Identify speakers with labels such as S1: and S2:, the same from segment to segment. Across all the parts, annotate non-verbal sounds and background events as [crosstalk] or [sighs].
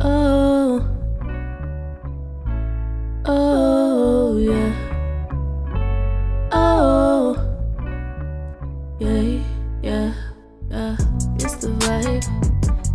S1: Oh. Oh,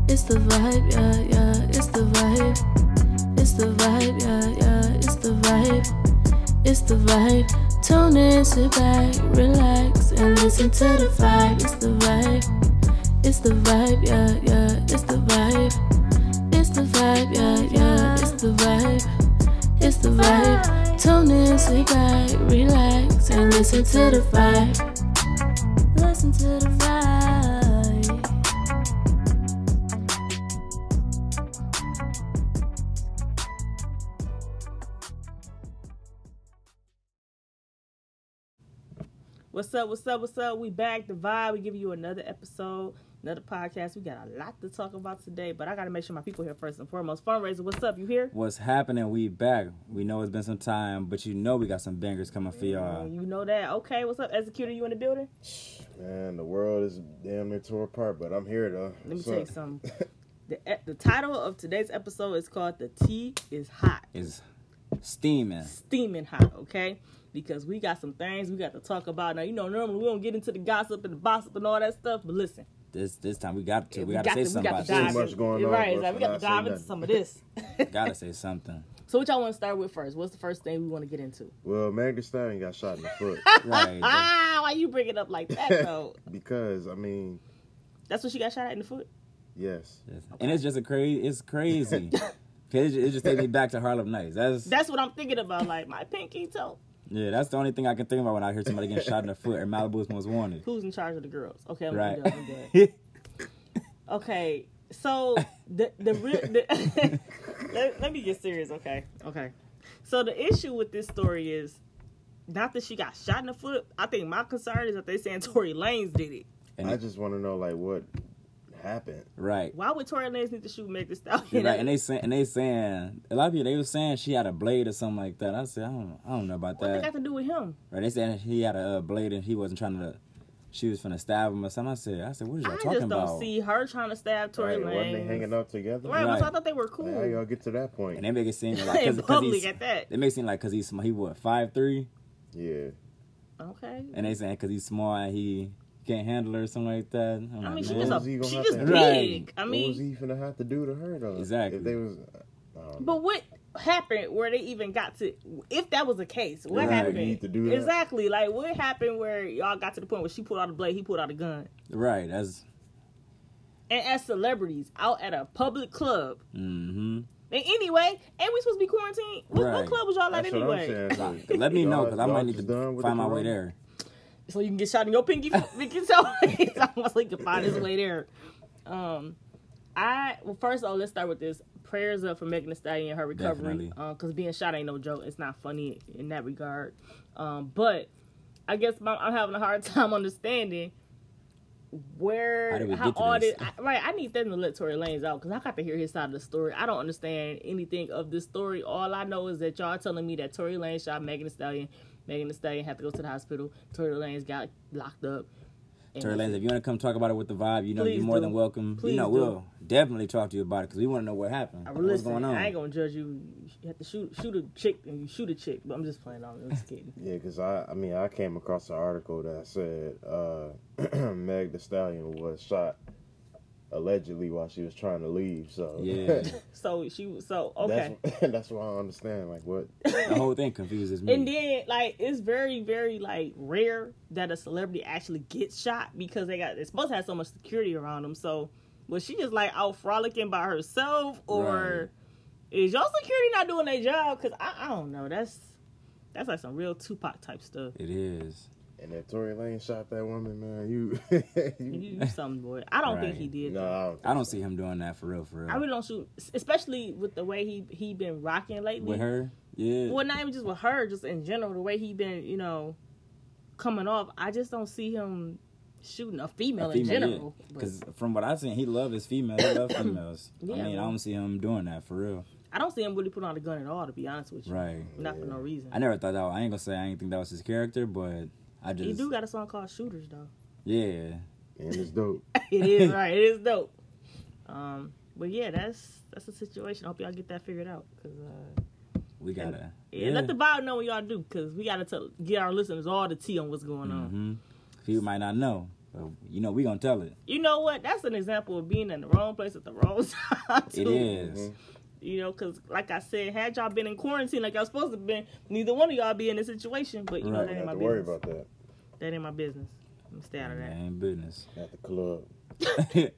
S1: It's the vibe, yeah, yeah, it's the vibe. It's the vibe, yeah, yeah, it's the vibe. It's the vibe. Tune in, sit back, relax, and listen to the vibe. It's the vibe. It's the vibe, yeah, yeah, it's the vibe. It's the vibe, yeah, yeah, it's the vibe. It's the vibe. Tune in, sit back, relax, and listen to the vibe. Listen to the vibe.
S2: What's up? What's up? What's up? We back the vibe. We give you another episode, another podcast. We got a lot to talk about today, but I gotta make sure my people here first and foremost. Fundraiser, what's up? You here?
S3: What's happening? We back. We know it's been some time, but you know we got some bangers coming for y'all.
S2: You know that. Okay, what's up? Executor, you in the building?
S4: Man, the world is damn near tore apart, but I'm here though.
S2: Let me
S4: What's
S2: tell you
S4: up?
S3: [laughs]
S2: something. The, e- the title of today's episode is called The Tea is Hot.
S3: It's steaming.
S2: steaming hot, okay? Because we got some things we got to talk about. Now, you know, normally we don't get into the gossip and the gossip and all that stuff, but listen,
S3: This this time we got to.
S2: we,
S3: We gotta
S2: got
S3: say
S2: to, we
S3: something.
S2: got to
S3: about
S2: dive
S4: Too much
S2: in-
S4: going on
S2: Right,
S4: for us
S2: like, we
S4: to
S2: got to
S4: not say
S2: dive into
S4: nothing.
S2: some of this.
S3: [laughs] this. Gotta
S2: [laughs]
S3: say something.
S2: so, what y'all want to start with first? What's the first thing we want to get into?
S4: Well, Meg Thee Stallion got shot in the foot
S3: Right.
S2: Ah, why you bring it up like [laughs]
S4: [laughs]
S2: that, [laughs] though?
S4: because I mean,
S2: That's what she got shot at in the foot?
S4: yes,
S3: And it's just a crazy.
S2: [laughs]
S3: It's crazy. 'Cause it, ju- it just takes me back to Harlem Nights. That's
S2: That's what I'm thinking about, like my pinky toe.
S3: yeah. That's the only thing I can think about when I hear somebody getting shot in the foot or Malibu's most wanted.
S2: Who's in charge of the girls? Okay, [laughs] I'm
S3: Right.
S2: done. I'm done. Okay, [laughs] so the the, real the [laughs] let, let me get serious, okay? Okay. So the issue with this story is not that she got shot in the foot. I think my concern is that they saying [laughs] Tory Lanez did it.
S3: And
S4: I
S3: it-
S4: just want to know like what happened.
S3: [laughs] right.
S2: Why would Tory Lanez need to shoot Meg Thee Stallion?
S3: You're right. And they say, and they saying a lot of people they were saying she had a blade or something like that. I said I don't I don't know about
S2: what they
S3: that.
S2: got to do with him?
S3: Right, they said he had a uh, blade and he wasn't trying to. She was finna stab him or something. I said, I said, what is y'all
S2: I
S3: talking
S2: just don't
S3: about?
S2: see her trying to stab Tory
S4: Right, wasn't they
S2: Lanez.
S4: hanging out together?
S2: Right,
S3: Right.
S2: so I thought they were
S4: Like, how y'all
S2: cool.
S4: get to that point?
S3: And they make it seem like
S2: [laughs] In
S3: because
S2: public
S3: he's
S2: at that.
S3: they make it seem like because he's small. He what five three,
S4: yeah,
S2: Okay.
S3: and they saying because he's small and he can't handle her or something like that. I'm
S2: I
S3: like,
S2: mean, she
S3: man,
S2: just
S4: what
S2: a,
S4: was he gonna
S2: she
S4: have
S2: just
S4: to
S2: big.
S3: do? Right.
S2: I
S4: what was
S2: mean,
S4: he finna have to do to her though?
S3: Exactly.
S4: If they was, um,
S2: But what happened where they even got to? If that was the case, what
S3: Right,
S2: happened?
S4: you need to do that.
S2: Exactly. Like what happened where y'all got to the point where she pulled out a blade, he pulled out a gun,
S3: right. That's
S2: and as celebrities out at a public club.
S3: mm-hmm.
S2: And anyway, ain't we supposed to be quarantined? What, what
S3: Right.
S2: club was y'all at
S4: that's what I'm
S2: anyway?
S4: saying.
S3: [laughs]
S4: so
S3: Let me know
S4: [laughs] y'all-
S3: because I
S4: y'all
S3: might need
S4: just
S3: to
S4: done with
S3: find
S4: the
S3: my way
S4: corona?
S3: there.
S2: So you can get shot in your pinky, pinky [laughs] toe. It's almost like you can find his way there. Um, I well, first of all, let's start with this. Prayers up for Megan Thee Stallion and her recovery.
S3: Definitely.
S2: Because being shot ain't no joke. It's not funny in that regard. Um, but I guess my, I'm having a hard [laughs] time understanding where
S3: How did we
S2: how
S3: get to
S2: all
S3: this?
S2: this. I, right, I need them to let Tory Lanez out because I got to hear his side of the story. I don't understand anything of this story. All I know is that y'all telling me that Tory Lanez shot Megan Thee Stallion. Megan Thee Stallion had to go to the hospital. Tory Lanez got locked up. And
S3: Tory Lanez, if you want to come talk about it with the vibe, you know
S2: Please
S3: you're more
S2: do.
S3: than welcome.
S2: Please
S3: you know
S2: do.
S3: we'll definitely talk to you about it because we want to know what happened.
S2: I-
S3: what's
S2: Listen,
S3: going on?
S2: I ain't gonna judge you. You have to shoot shoot a chick and you shoot a chick, but I'm just playing on. I'm just kidding.
S4: Yeah, because I, I mean, I came across an article that said uh, [clears throat] Meg The Stallion was shot allegedly while she was trying to leave. So [laughs]
S3: Yeah.
S2: So she was so okay.
S4: that's that's why I understand
S2: [laughs]
S4: like what
S3: the whole thing confuses me.
S2: And then like it's very very like rare that a celebrity actually gets shot because they got they're supposed to have so much security around them. So was she just like out frolicking by herself or is y'all security not doing their job? Because I, I don't know. That's that's like some real Tupac type stuff.
S3: it is.
S4: and if Tory Lane shot that woman, man, you, [laughs]
S2: You
S4: you
S2: do something, boy. I don't think
S3: Right.
S2: he did.
S4: no,
S2: that.
S4: I don't,
S3: I don't see him doing that for real. For real.
S2: I really don't shoot, especially with the way he he been rocking lately.
S3: with her, yeah.
S2: Well, not even just with her, just in general, the way he been, you know, coming off. I just don't see him shooting a female, in general. But
S3: Because from what I've seen, he love his females. He
S2: [coughs]
S3: love females. I
S2: Yeah,
S3: mean, I
S2: man.
S3: don't see him doing that for real.
S2: I don't see him really putting on a gun at all, to be honest with you.
S3: Right.
S2: Not for no reason.
S3: I never thought that. I ain't gonna say I ain't think that was his character, but I just
S2: You do got a song called Shooters, though. [laughs]
S3: yeah.
S4: and it's dope.
S2: It is right. It is dope. Um, but yeah, that's that's the situation. I hope y'all get that figured out. Cause uh,
S3: We gotta
S2: yeah, let the bio
S3: Mm-hmm.
S2: know what y'all do, cause we gotta tell get our listeners all the tea on what's going on.
S3: Mhm. People might not know. But, you know, we gonna tell it.
S2: You know what? That's an example of being in the wrong place at the wrong [laughs] time.
S3: It
S2: too.
S3: is.
S2: You know, because like I said, had y'all been in quarantine like y'all supposed to been, neither one of y'all be in this situation. But you know
S3: Right.
S2: that
S4: Don't
S2: ain't
S4: have
S2: my
S4: to
S2: business.
S4: worry about that
S2: That ain't my business. I'm stay out of that.
S3: Man, business. [laughs]
S4: at the club. I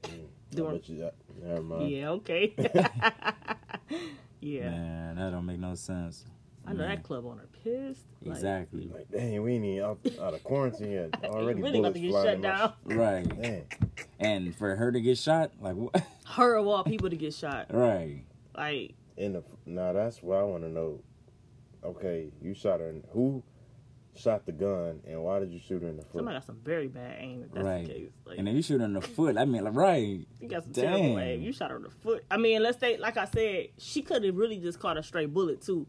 S2: Doing-
S4: bet you that. Never mind.
S2: yeah.
S4: [laughs]
S2: Okay. [laughs] yeah.
S3: Man, that don't make no sense.
S2: I know
S3: Man,
S2: that club owner pissed. Like,
S3: Exactly.
S4: Like, dang, we ain't even out, out of quarantine
S2: [laughs]
S4: yet. Already
S2: really about
S4: bullets
S2: to get
S4: flying
S2: shut
S4: in my
S2: down.
S3: Right.
S4: sh- Dang.
S3: And for her to get shot, like what?
S2: [laughs] Her of all people to get shot.
S3: [laughs] right.
S2: Like
S4: In the now, that's what I want to know. Okay, you shot her. In, who shot the gun, and why did you shoot her in the foot?
S2: somebody got some very bad aim. If that's
S3: Right.
S2: the case. Like,
S3: And then you shoot her in the foot. I mean, like, right.
S2: You got some
S3: Damn.
S2: terrible aim. You shot her in the foot. I mean, let's say, like I said, she could have really just caught a straight bullet too.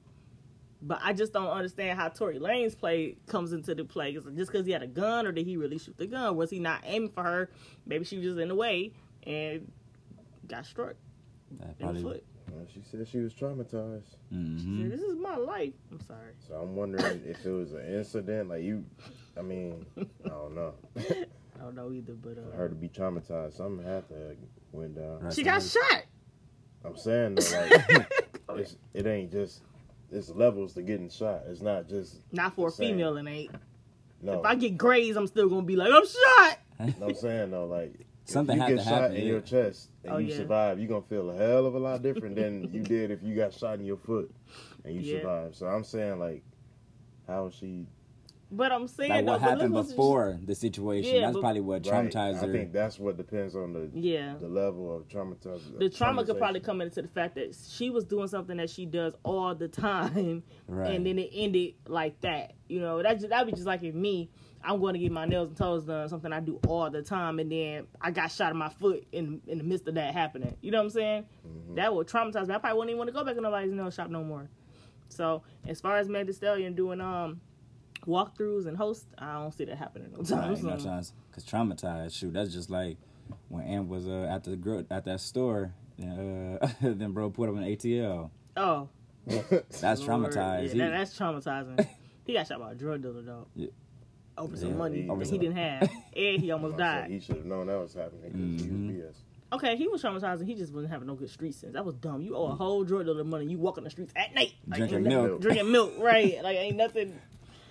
S2: But I just don't understand how Tory Lane's play comes into the play. Is it just because he had a gun, or did he really shoot the gun? Was he not aiming for her? Maybe she was just in the way and got struck
S3: That
S2: in the foot.
S4: Well, she said she was traumatized.
S2: She
S3: hmm
S2: said, this is my life. I'm sorry.
S4: So I'm wondering [laughs] if it was an incident. Like you, I mean, I don't know. [laughs]
S2: I don't know either, but
S4: For
S2: uh,
S4: her to be traumatized, something had to went down.
S3: Right.
S2: she got shot.
S4: I'm saying though,
S2: [laughs]
S4: like,
S3: [laughs]
S4: it's, it ain't just it's levels to getting shot. It's not just
S2: Not for a
S4: Same.
S2: female, it ain't.
S3: Oh.
S4: no.
S2: If I get grazed, I'm still gonna be like, I'm shot.
S3: [laughs]
S4: No, I'm saying though, like if
S3: Something
S4: you
S3: had
S4: get
S3: to
S4: shot
S3: happen,
S4: in
S3: yeah.
S4: your chest and
S2: Oh,
S4: you
S2: yeah.
S4: survive, you're gonna feel a hell of a lot different than you did if you got shot in your foot and you
S2: Yeah.
S4: survive. So I'm saying like how she
S2: But I'm saying,
S3: Like what
S2: though, but look
S3: happened
S2: what's-
S3: before the situation.
S2: Yeah,
S3: That's
S2: but-
S3: probably what
S4: right,
S3: traumatized
S4: I
S3: her.
S4: think that's what depends on the
S2: Yeah.
S4: the level of traumatization. [laughs]
S2: the trauma could probably come into the fact that she was doing something that she does all the time, [laughs]
S3: Right.
S2: and then it ended like that. You know, that just, that'd be just like if me, I'm going to get my nails and toes done, something I do all the time, and then I got shot in my foot in in the midst of that happening. You know what I'm saying? That would traumatize me. I probably wouldn't even want to go back to nobody's nail shop no more. So as far as Meg Thee Stallion doing um walkthroughs and hosts, I don't see that happening no
S3: Nah,
S2: time
S3: ain't no
S2: soon.
S3: chance. Cause traumatized. Shoot, that's just like when Amp was uh, at the gro- at that store. [laughs] and, Uh, then bro put up an ATL.
S2: Oh,
S3: That's
S2: Lord,
S3: traumatized.
S2: Yeah,
S3: He-
S2: that, that's
S4: [laughs]
S2: traumatizing. he got shot by a drug dealer though.
S3: Yeah.
S2: Over some
S3: Yeah,
S2: money
S4: he-
S2: that
S4: over
S2: he
S4: some-
S2: didn't have, [laughs] and he almost
S4: died.
S2: died.
S4: He should have known that was happening because
S3: Mm-hmm.
S4: he was BS.
S2: Okay, he was traumatized. and He just wasn't having no good street sense. That was dumb. You
S4: Mm.
S2: owe a whole drug dealer money. You walking the streets at night, like,
S3: Drinking
S2: ain't nothing-
S3: milk.
S2: drinking
S4: [laughs]
S2: milk, right? Like ain't nothing.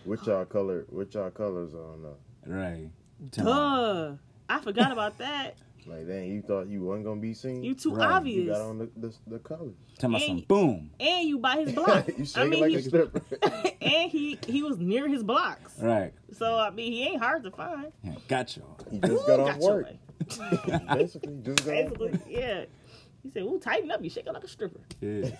S4: What y'all color? What y'all colors on though?
S3: right. Tell me.
S2: Duh, I forgot about that.
S4: Like, dang, you thought you wasn't gonna be seen?
S2: You too
S3: Right. You
S4: You
S2: obvious,
S4: got on the the, the colors.
S3: Tell me some
S2: ain't-
S3: boom.
S2: and you by his
S4: [laughs]
S2: block.
S4: you
S2: I
S4: shaking
S2: mean,
S4: like
S2: he,
S4: a stripper. [laughs]
S2: [laughs] and he he was near his blocks,
S4: Uh.
S3: Right.
S2: so I mean, he ain't hard to find.
S3: Yeah, Got you.
S4: He
S2: Ooh,
S4: just got off
S2: your
S4: work.
S2: way.
S4: Basically, just got off work.
S2: Basically, yeah. He said, "Ooh, tighten up. You shaking like a stripper."
S3: Yeah.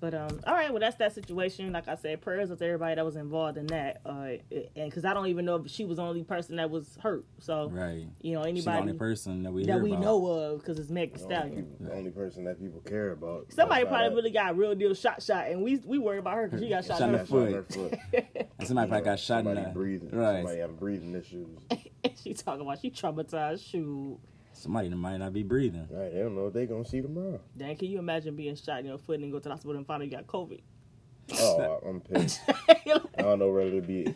S2: But um, all right. Well, that's that situation. Like I said, prayers up to everybody that was involved in that. Uh, and because I don't even know if she was the only person that was hurt. So
S3: right.
S2: you know,
S3: She's the only
S2: anybody
S3: person that we hear
S2: that we
S3: about.
S2: know of, because it's Meg Thee
S4: The only,
S2: Stallion.
S4: people- the only person that people care Oh, about.
S2: Somebody
S4: That's how
S2: probably
S4: that-
S2: really got a real deal shot shot, and we we worry about her because she got shot.
S3: Shot
S2: in
S3: in
S2: her
S3: the
S4: that's how
S3: foot.
S4: her foot.
S3: [laughs] And somebody probably got shot
S4: somebody
S3: in the
S4: breathing.
S3: Right.
S4: Somebody having breathing issues. Right?
S2: foot. [laughs] she talking about she traumatized. Shoot,
S3: Somebody that might not be breathing.
S4: They don't know if they gonna
S3: [laughs]
S4: see tomorrow.
S2: Dan, can you imagine being shot in your foot and then go to the hospital and find out you got COVID? [laughs]
S4: Oh, I'm pissed. I don't know whether to be.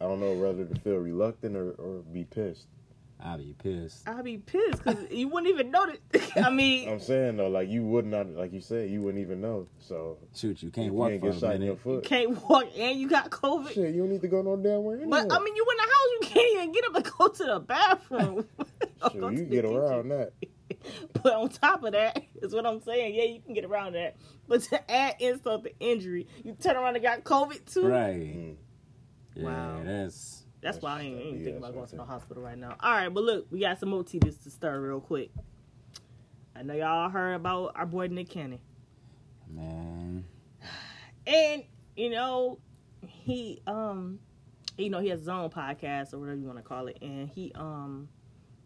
S4: I don't know whether to feel reluctant or, or be pissed.
S3: I'll be pissed.
S2: I'd be pissed because you wouldn't even know that. [laughs] I mean,
S4: I'm saying though, like you would not, like you said, you wouldn't even know. So
S3: Shoot, you can't
S4: if
S3: walk
S4: you ain't
S3: for
S4: get shot
S3: a
S4: in your
S3: minute.
S2: you
S4: foot.
S2: can't walk and you got COVID.
S4: Shit, you don't need to go no damn way. Anyway.
S2: But I mean, you in the house, you [laughs] can't even get up and go to the
S4: [laughs]
S2: bathroom. [laughs] Or go to
S4: Shit,
S2: the
S4: you get
S2: kitchen.
S4: around that.
S2: [laughs] But on top of that, [laughs] is what I'm saying. Yeah, you can get around that. But to add insult to injury, you turn around and got COVID too.
S3: Right.
S4: Mm.
S3: Yeah,
S2: Wow.
S3: that's
S2: That's why I ain't,
S4: That's-
S2: ain't
S4: yeah,
S2: thinking about
S4: that's
S2: going
S4: right
S2: to no
S4: there.
S2: hospital right now. All right, but look, we got some more tea this to stir real quick. I know y'all heard about our boy Nick Cannon,
S3: man.
S2: and you know he um you know he has his own podcast or whatever you want to call it, and he um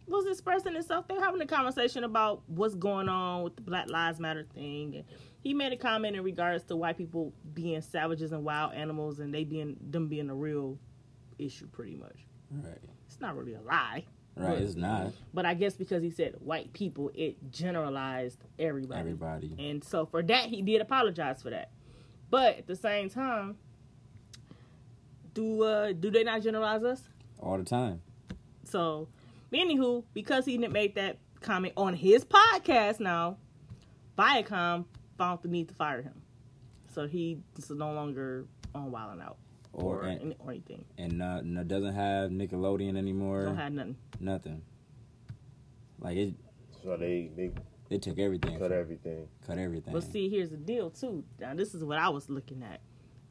S2: was expressing himself. They're having a conversation about what's going on with the Black Lives Matter thing. And he made a comment in regards to white people being savages and wild animals, and they being them being a real issue, pretty much.
S3: Right.
S2: It's not really a lie,
S3: Right,
S2: But-
S3: it's not
S2: but I guess because he said white people, it generalized everybody.
S3: everybody.
S2: And so for that, he did apologize for that. But at the same time, do uh do they not generalize us?
S3: All the time.
S2: So But anywho, because he made that comment on his podcast now, Viacom found the need to fire him. So he is no longer on Wild 'N Out
S3: Or-
S2: or,
S3: and-
S2: any- or anything.
S3: and uh, no, doesn't have Nickelodeon anymore.
S2: Don't have nothing.
S3: nothing. Like it,
S4: So they they
S3: it took everything.
S4: cut everything.
S3: Cut everything.
S2: But see, here's the deal too. Now this is what I was looking at.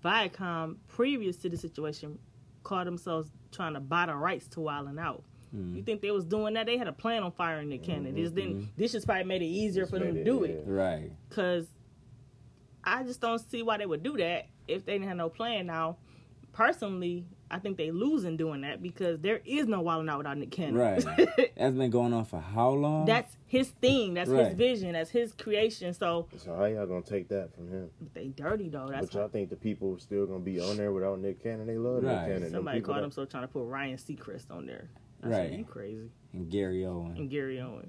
S2: Viacom, previous to the situation, caught themselves trying to buy the rights to Wild 'N Out.
S3: Mm.
S2: You think they was doing that? They had a plan on firing Nick Cannon. This
S3: Mm-hmm.
S2: didn't. This just probably made it easier
S4: Just
S2: for them
S4: made
S2: to
S4: it,
S2: do
S4: yeah.
S2: it.
S3: Right.
S2: Cause I just don't see why they would do that if they didn't have no plan. Now, personally, I think they losing doing that because there is no Wild 'N Out without Nick Cannon.
S3: Right. That's been going on for how
S2: [laughs]
S3: long?
S2: That's his thing. That's
S3: Right.
S2: his vision. That's his creation. So
S4: So how y'all gonna take that from him?
S2: they dirty though. That's
S4: but y'all think the people still gonna be on there without Nick Cannon? They love
S3: Right.
S4: Nick Cannon. Them
S2: Somebody
S4: people
S2: called
S4: that-
S2: himself trying to put Ryan Seacrest on there. I said,
S3: Right.
S2: you crazy.
S3: and Gary Owen.
S4: [laughs]
S2: And Gary Owen.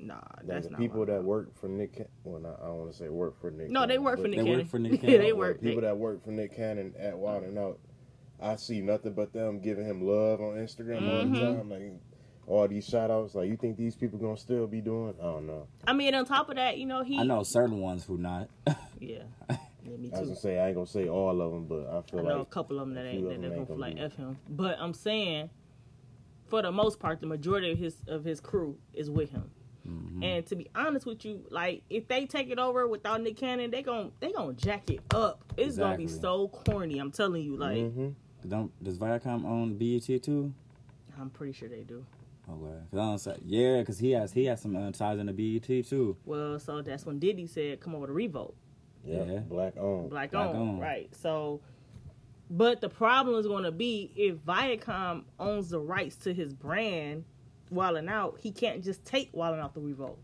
S2: nah,
S4: that
S2: that's
S4: the
S2: not
S4: people
S2: why.
S4: that work for Nick. Can- well, not, I don't want to say work for Nick.
S2: No, they
S4: Cannon,
S2: work for
S4: but
S2: Nick
S3: They work
S2: Cannon.
S3: for
S2: [laughs]
S3: Nick
S2: yeah, they
S3: Cannon.
S2: work.
S4: people
S2: they-
S4: that work for Nick Cannon at Wild and Out. I see nothing but them giving him love on Instagram all the
S2: Mm-hmm.
S4: time. Like all these shout outs. Like you think these people gonna still be doing? I don't know.
S2: I mean, on top of that, you know he.
S3: I know certain ones who not. [laughs]
S2: Yeah.
S4: [laughs]
S2: yeah me
S4: I was
S2: too.
S4: gonna say I ain't gonna say all of them, but I
S2: I
S4: feel
S2: know a
S4: like
S2: couple of them that
S4: a few
S2: ain't
S4: of
S2: that they're gonna
S4: 'em ain't
S2: feel
S4: gonna
S2: like
S4: be-
S2: f him. But I'm saying, for the most part, the majority of his of his crew is with him.
S4: Mm-hmm.
S2: And to be honest with you, like if they take it over without Nick Cannon, they gon' they gonna jack it up. It's gonna be
S3: Exactly.
S2: so corny. I'm telling you, like
S4: Mm-hmm.
S3: Don't does Viacom own BET too?
S2: I'm pretty sure they do.
S3: Oh, well, cause I don't say, yeah, cause he has he has some uh, ties in the BET too.
S2: Well, so that's when Diddy said, "Come over to Revolt,
S4: yeah,
S3: Yeah.
S4: black owned.
S2: black,
S3: Black
S2: owned,
S3: owned.
S2: right?" So, but the problem is going to be if Viacom owns the rights to his brand, Wildin' Out, he can't just take Wildin' Out the Revolt.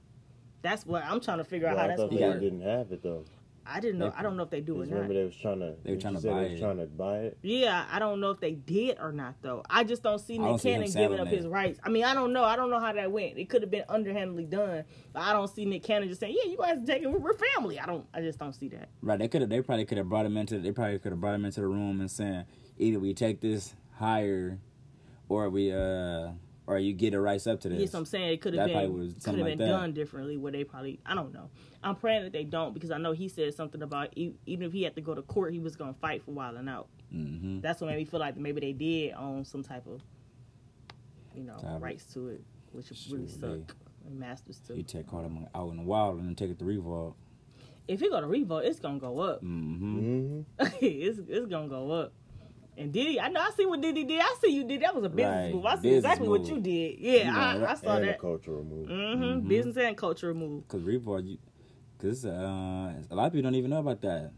S2: That's what I'm trying to figure out
S4: Well,
S2: how
S4: I
S2: that's
S4: thought
S2: going
S4: they
S2: to work.
S4: didn't have it though.
S2: I didn't know. I don't know if they do or
S4: Just
S2: not.
S4: remember they was trying to.
S3: They were trying to buy
S4: they was
S3: it.
S4: trying to buy it.
S2: Yeah, I don't know if they did or not though. I just don't see
S3: I don't
S2: Nick
S3: see him
S2: Cannon giving
S3: selling
S2: up
S3: that.
S2: his rights. I mean, I don't know. I don't know how that went. It could have been underhandedly done, but I don't see Nick Cannon just saying, "Yeah, you guys take it. We're- We're family." I don't. I just don't see that.
S3: Right. They could have they probably could have brought him into they probably could have brought him into the room and saying either we take this higher, or we uh or you get a rights up to this.
S2: Yes, I'm saying it could have
S3: That probably
S2: been
S3: was
S2: could have
S3: something like
S2: been
S3: that.
S2: done differently. Where they probably I don't know. I'm praying that they don't because I know he said something about e- even if he had to go to court, he was gonna fight for wilding out.
S3: Mhm.
S2: That's what made me feel like maybe they did own some type of you know
S3: Type of-
S2: rights to it, which really
S3: Shoot,
S2: suck.
S3: they-
S2: And masters too.
S3: You take caught him out in the wild and then take it to revolt.
S2: if it go to revolt, it's gonna go up.
S3: Mm-hmm.
S4: Mm-hmm.
S2: [laughs] it's it's gonna go up. And Diddy, I know I see what Diddy did. I see you did. That was a business
S3: Right.
S2: move. I see
S3: Business
S2: exactly
S3: move.
S2: what you did. Yeah,
S3: You know,
S2: I, I saw
S4: And a
S2: that.
S4: cultural move.
S2: hmm
S3: Mm-hmm.
S2: Business and culture move.
S3: Cause revolt, you, cause uh, a lot of people don't even know about that.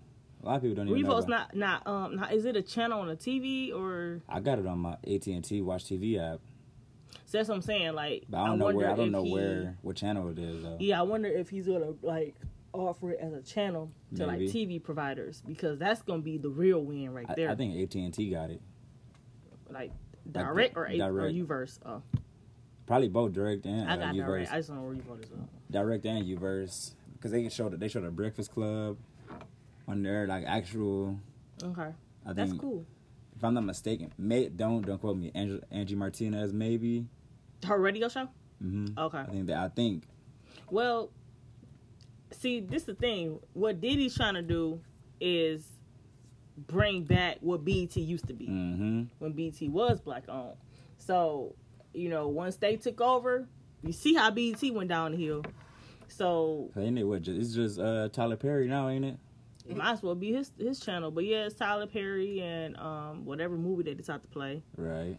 S3: A lot of people don't even. know
S2: Revolt's
S3: about
S2: not not um. Not, is it a channel on the TV or?
S3: I got it on my AT and T Watch TV app,
S2: So that's what I'm saying. Like
S3: but I don't know
S2: wonder
S3: where. I don't
S2: if
S3: know
S2: he-
S3: where what channel it is though.
S2: Yeah, I wonder if he's gonna like offer it as a channel to
S3: Maybe.
S2: like TV providers because that's gonna be the real win right there.
S3: I, I think AT and T got it.
S2: like direct or, a- or
S3: Direct.
S2: Uverse. Oh,
S3: Probably both direct and
S2: I
S3: uh,
S2: got
S3: Uverse.
S2: direct. I just don't know where Revolt as well.
S3: direct and Uverse, because they showed they showed a Breakfast Club on their like actual.
S2: Okay,
S3: I
S2: that's
S3: think
S2: cool.
S3: if I'm not mistaken, may, don't don't quote me. Angie, Angie Martinez maybe.
S2: Her radio show.
S3: hmm
S2: Okay.
S3: I think that I think
S2: Well, see, this the thing. What Diddy's trying to do is bring back what BET used to be.
S3: hmm
S2: when BT was black owned. So, you know, once they took over, you see how BT went downhill. So
S3: ain't it what ju- it's just uh, Tyler Perry now, ain't it?
S2: it might as well be his his channel. But yeah, it's Tyler Perry and um whatever movie they decide to play.
S3: Right.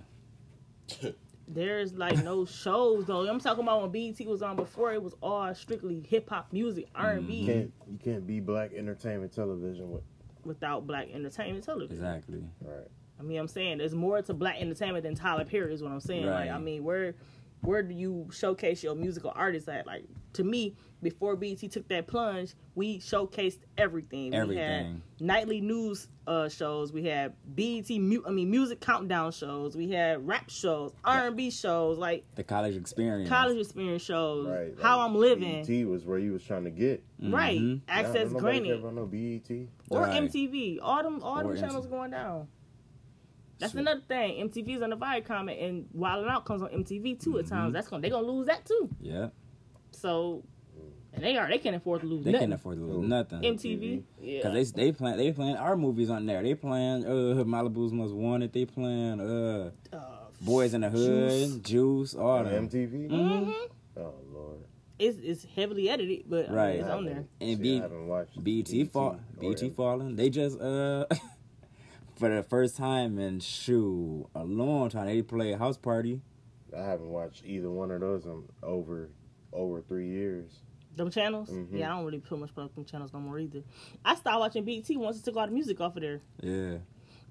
S2: There's like no shows though. I'm talking about when BT was on before. It was all strictly hip hop music, R and
S4: You
S2: B,
S4: can't you can't be black entertainment television with
S2: without black entertainment television.
S3: Exactly.
S4: right.
S2: I mean, I'm saying there's more to black entertainment than Tyler Perry is what I'm saying.
S3: Right.
S2: Like, I mean, where where do you showcase your musical artists at? Like, to me, before BT took that plunge, we showcased everything. We had
S3: Everything.
S2: nightly news uh, shows. We had BET, mu- I mean, music countdown shows. We had rap shows, R&B shows, like
S3: The college experience.
S2: college experience shows.
S4: Right. E
S2: How
S4: like,
S2: I'm living.
S4: BET was where you was trying to get.
S2: Right.
S3: Mhm.
S4: Nah,
S2: Access
S4: Mm-hmm. don't nobody
S2: granted.
S4: care about no BET.
S2: Or
S3: Right.
S2: MTV. All them all
S3: Or
S2: them channels
S3: MTV.
S2: going down. That's
S3: So-
S2: another thing. MTV's on the Viacom, and Wild 'N Out comes on MTV too at
S3: Mm-hmm.
S2: times. That's gonna they gonna lose that too.
S3: Yeah,
S2: so and they are they can't afford to lose
S3: they
S2: nothing.
S3: can't afford to
S4: Oh.
S3: lose nothing.
S2: MTV, yeah,
S3: Cause they they playing they playing our movies on there. They playing uh Malibu's Most Wanted. They playing uh
S2: Uh,
S3: Boys in the Hood, Mm-hmm. Juice, all
S4: On
S3: them.
S4: MTV.
S2: mhm.
S4: Oh lord.
S2: it's it's heavily edited, but I mean,
S3: Right.
S2: it's on there.
S3: And
S4: See,
S3: B, E
S4: I haven't watched E
S3: BT fall
S4: or
S3: BT
S4: M-
S3: falling. They just uh [laughs] for the first time in shoe a long time they play House Party.
S4: I haven't watched either one of those in over over three years.
S2: Them channels,
S3: Mm-hmm.
S4: Mhm.
S2: yeah, I don't really put much put up them channels no more either. I stopped watching BT once they took all the music off of there,
S3: Yeah,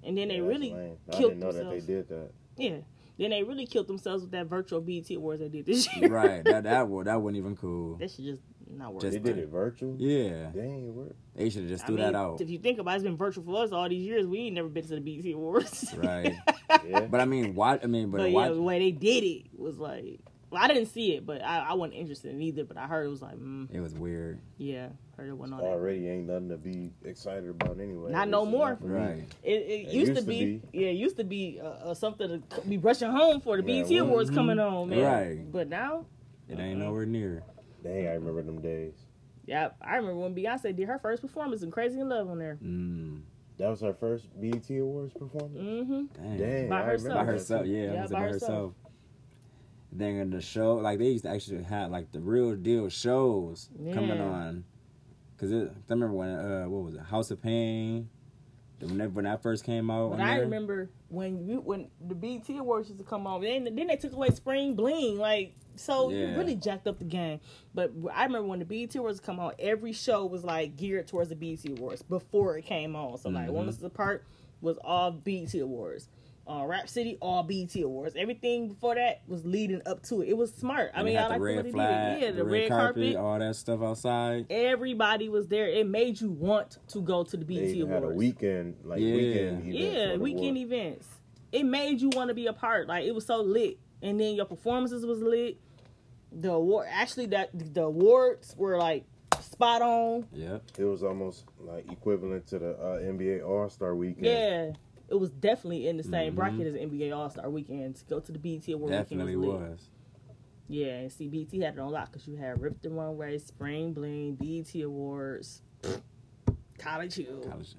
S2: and then they
S4: Yeah, that's
S2: really
S4: lame. I
S2: killed
S4: didn't know that they
S2: themselves.
S4: did that.
S2: yeah, then they really killed themselves with that virtual BT awards they did this year. [laughs]
S3: right. that that wa- that wasn't even cool.
S2: that should just not work.
S3: Just
S4: They did it virtual.
S3: Yeah,
S4: Dang, where
S3: they should have just
S2: I
S3: threw
S2: mean,
S3: that out.
S2: If you think about it, it's been virtual for us all these years. We ain't never been to the BT awards, [laughs]
S3: Right.
S4: yeah.
S3: But I mean, why? I mean, but,
S2: But
S3: why?
S2: yeah, the way they did it was like, well, I didn't see it, but I, I wasn't interested in it either. But I heard it was like, mm,
S3: It was weird.
S2: yeah, heard it wasn't all that.
S4: already ain't nothing to be excited about anyway.
S2: Not
S4: At
S2: no
S4: least
S2: more.
S4: not for me.
S3: Right.
S2: It, it, used, to be, yeah, it used to be uh, uh, something to c- be rushing home for the
S4: Yeah,
S2: BT
S4: well,
S2: awards coming on, man.
S3: Right.
S2: But now, uh-uh.
S3: It ain't
S2: Uh-huh.
S3: nowhere near.
S4: Dang, I remember them days.
S2: yeah, I remember when Beyonce did her first performance in Crazy in Love on there.
S3: Mm,
S4: That was her first BET Awards performance.
S2: Mm-hmm.
S3: dang.
S4: Dang,
S2: By
S4: I remember
S2: herself.
S3: By
S4: that.
S3: herself, yeah.
S2: Yeah,
S3: was it
S2: by
S3: by
S2: herself.
S3: herself. Then in the show, like they used to actually have like the real deal shows coming
S2: Yeah.
S3: on. Cause it, I remember when uh, what was it, House of Pain? When that, when that first came out.
S2: But
S3: on
S2: I
S3: there.
S2: remember when you when the BT awards used to come on, then then they took away Spring Bling, like so you
S3: Yeah.
S2: really jacked up the game. But I remember when the BT awards come on, every show was like geared towards the BT awards before it came on. So like
S3: Mhm.
S2: Once Apart was all BT awards. Uh, Rap City, all BT awards. Everything before that was leading up to it. It was smart. I
S3: And they
S2: mean,
S3: had
S2: I like the way they did it. Yeah, the, red, carpet.
S3: all that stuff outside.
S2: Everybody was there. It made you want to go to the
S4: They
S2: BT
S4: even had
S2: awards.
S4: a weekend, like
S3: Yeah.
S4: weekend. event
S2: Yeah,
S4: for the
S2: weekend
S4: awards.
S2: events. It made you want to be a part. Like it was so lit, and then your performances was lit. The award, actually, that the awards were like spot on.
S3: Yep.
S4: It was almost like equivalent to the uh, NBA All Star weekend.
S2: Yeah, it was definitely in the same bracket as NBA All Star Weekend. To go to the BT Award
S3: Definitely
S2: weekend was, lit.
S3: was.
S2: Yeah, and see, BT had it on lock because you had Rip the Runway, Spring Bling, BT Awards, College Hill.
S3: College.